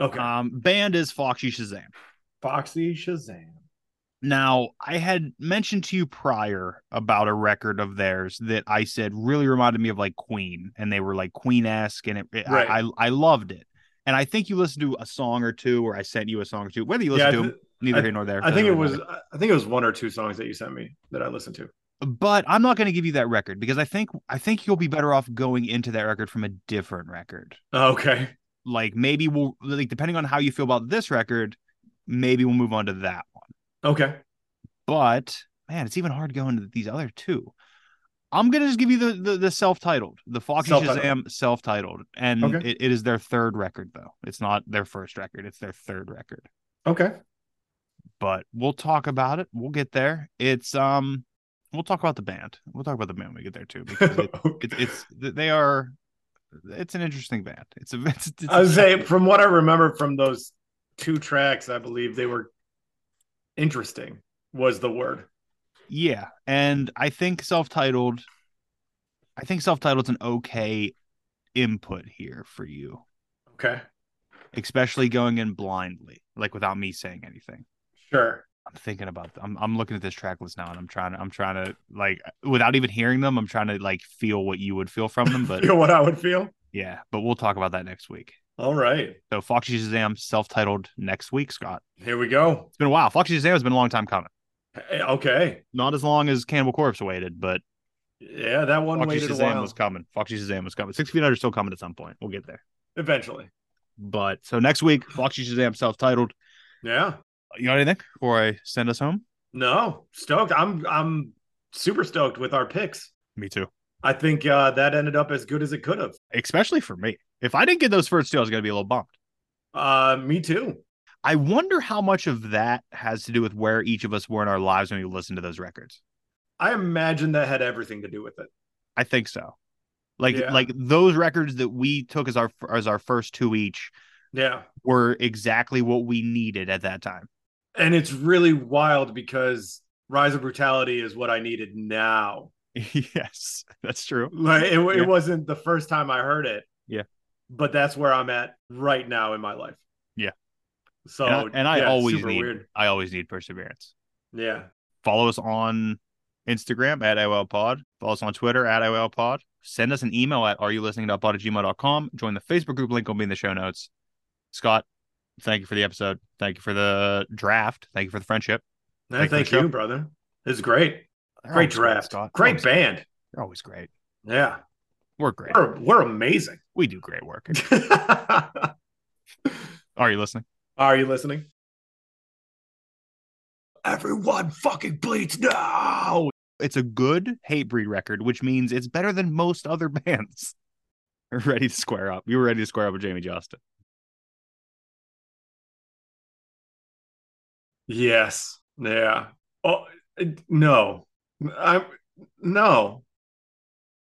Speaker 3: Okay,
Speaker 4: Um, band is Foxy Shazam.
Speaker 3: Foxy Shazam.
Speaker 4: Now, I had mentioned to you prior about a record of theirs that I said really reminded me of like Queen, and they were like Queen esque, and it, it- I,
Speaker 3: Right.
Speaker 4: I I loved it. And I think you listened to a song or two, or I sent you a song or two. Whether you
Speaker 3: Yeah, I,
Speaker 4: listened to 'em,
Speaker 3: th-
Speaker 4: neither here nor there.
Speaker 3: I think
Speaker 4: doesn't
Speaker 3: it
Speaker 4: really
Speaker 3: was.
Speaker 4: matter.
Speaker 3: I think it was one or two songs that you sent me that I listened to.
Speaker 4: but I'm not going to give you that record because I think I think you'll be better off going into that record from a different record.
Speaker 3: Oh, Okay,
Speaker 4: Like maybe we'll like depending on how you feel about this record, maybe we'll move on to that one.
Speaker 3: okay,
Speaker 4: But man, it's even hard going to these other two. I'm gonna just give you the the, the self-titled, the Foxy
Speaker 3: Self-titled.
Speaker 4: Shazam self-titled, and
Speaker 3: Okay.
Speaker 4: it, it is their third record though. It's not their first record; it's their third record.
Speaker 3: okay.
Speaker 4: but we'll talk about it. We'll get there. It's um, we'll talk about the band. We'll talk about the band when we get there too. Because it, it, it's they are, it's an interesting band. It's a it's, it's
Speaker 3: I would say, from what I remember from those two tracks, I believe they were interesting. Was the word?
Speaker 4: yeah, and I think self titled, I think self titled's an okay input here for you,
Speaker 3: Okay,
Speaker 4: especially going in blindly, like without me saying anything.
Speaker 3: sure.
Speaker 4: I'm thinking about. I'm I'm looking at this track list now, and I'm trying to I'm trying to like without even hearing them, I'm trying to like feel what you would feel from them, but.
Speaker 3: You know what I would feel?
Speaker 4: Yeah, but we'll talk about that next week.
Speaker 3: All right,
Speaker 4: So Foxy Shazam self-titled next week, Scott.
Speaker 3: here we go.
Speaker 4: It's been a while. Foxy Shazam has been a long time coming.
Speaker 3: Hey, Eh, Okay.
Speaker 4: Not as long as Cannibal Corpse waited, but
Speaker 3: Yeah, that one
Speaker 4: Foxy
Speaker 3: waited a
Speaker 4: Shazam
Speaker 3: while.
Speaker 4: was coming. Foxy Shazam was coming. Six Feet Under is still coming at some point. We'll get there.
Speaker 3: Eventually.
Speaker 4: But so next week, Foxy Shazam self-titled.
Speaker 3: Yeah.
Speaker 4: You got anything before I send us home?
Speaker 3: No, stoked. I'm I'm super stoked with our picks.
Speaker 4: Me too.
Speaker 3: I think uh, that ended up as good as it could have.
Speaker 4: Especially for me. If I didn't get those first two, I was gonna be a little bummed.
Speaker 3: Uh, me too.
Speaker 4: I wonder how much of that has to do with where each of us were in our lives when we listened to those records.
Speaker 3: I imagine that had everything to do with it.
Speaker 4: I think so. Like
Speaker 3: Yeah.
Speaker 4: like those records that we took as our as our first two each
Speaker 3: Yeah.
Speaker 4: were exactly what we needed at that time.
Speaker 3: And it's really wild because Rise of Brutality is what I needed now.
Speaker 4: yes, that's true.
Speaker 3: Like it,
Speaker 4: Yeah.
Speaker 3: it wasn't the first time I heard it.
Speaker 4: Yeah.
Speaker 3: But that's where I'm at right now in my life.
Speaker 4: Yeah.
Speaker 3: So
Speaker 4: and I, and I
Speaker 3: yeah,
Speaker 4: always
Speaker 3: super
Speaker 4: need
Speaker 3: weird.
Speaker 4: I always need perseverance.
Speaker 3: Yeah.
Speaker 4: Follow us on Instagram at AOL Pod. Follow us on Twitter at AOL Pod. Send us an email at are you listening to pod at gmail.com. Join the Facebook group link will be in the show notes. Scott, thank you for the episode. Thank you for the draft. Thank you for the friendship.
Speaker 3: No,
Speaker 4: Thank you for
Speaker 3: thank
Speaker 4: the
Speaker 3: you,
Speaker 4: show.
Speaker 3: brother. It's great.
Speaker 4: They're
Speaker 3: Great
Speaker 4: always great,
Speaker 3: draft.
Speaker 4: Scott.
Speaker 3: Great
Speaker 4: Always great.
Speaker 3: band.
Speaker 4: You're always great.
Speaker 3: Yeah.
Speaker 4: We're great.
Speaker 3: We're, we're amazing.
Speaker 4: We do great work. Are you listening?
Speaker 3: Are you listening? Everyone fucking bleeds now.
Speaker 4: It's a good hate breed record, which means it's better than most other bands. We're Ready to square up. You were ready to square up with Jamie Justin.
Speaker 3: Yes. Yeah. Oh, it- no. I'm no.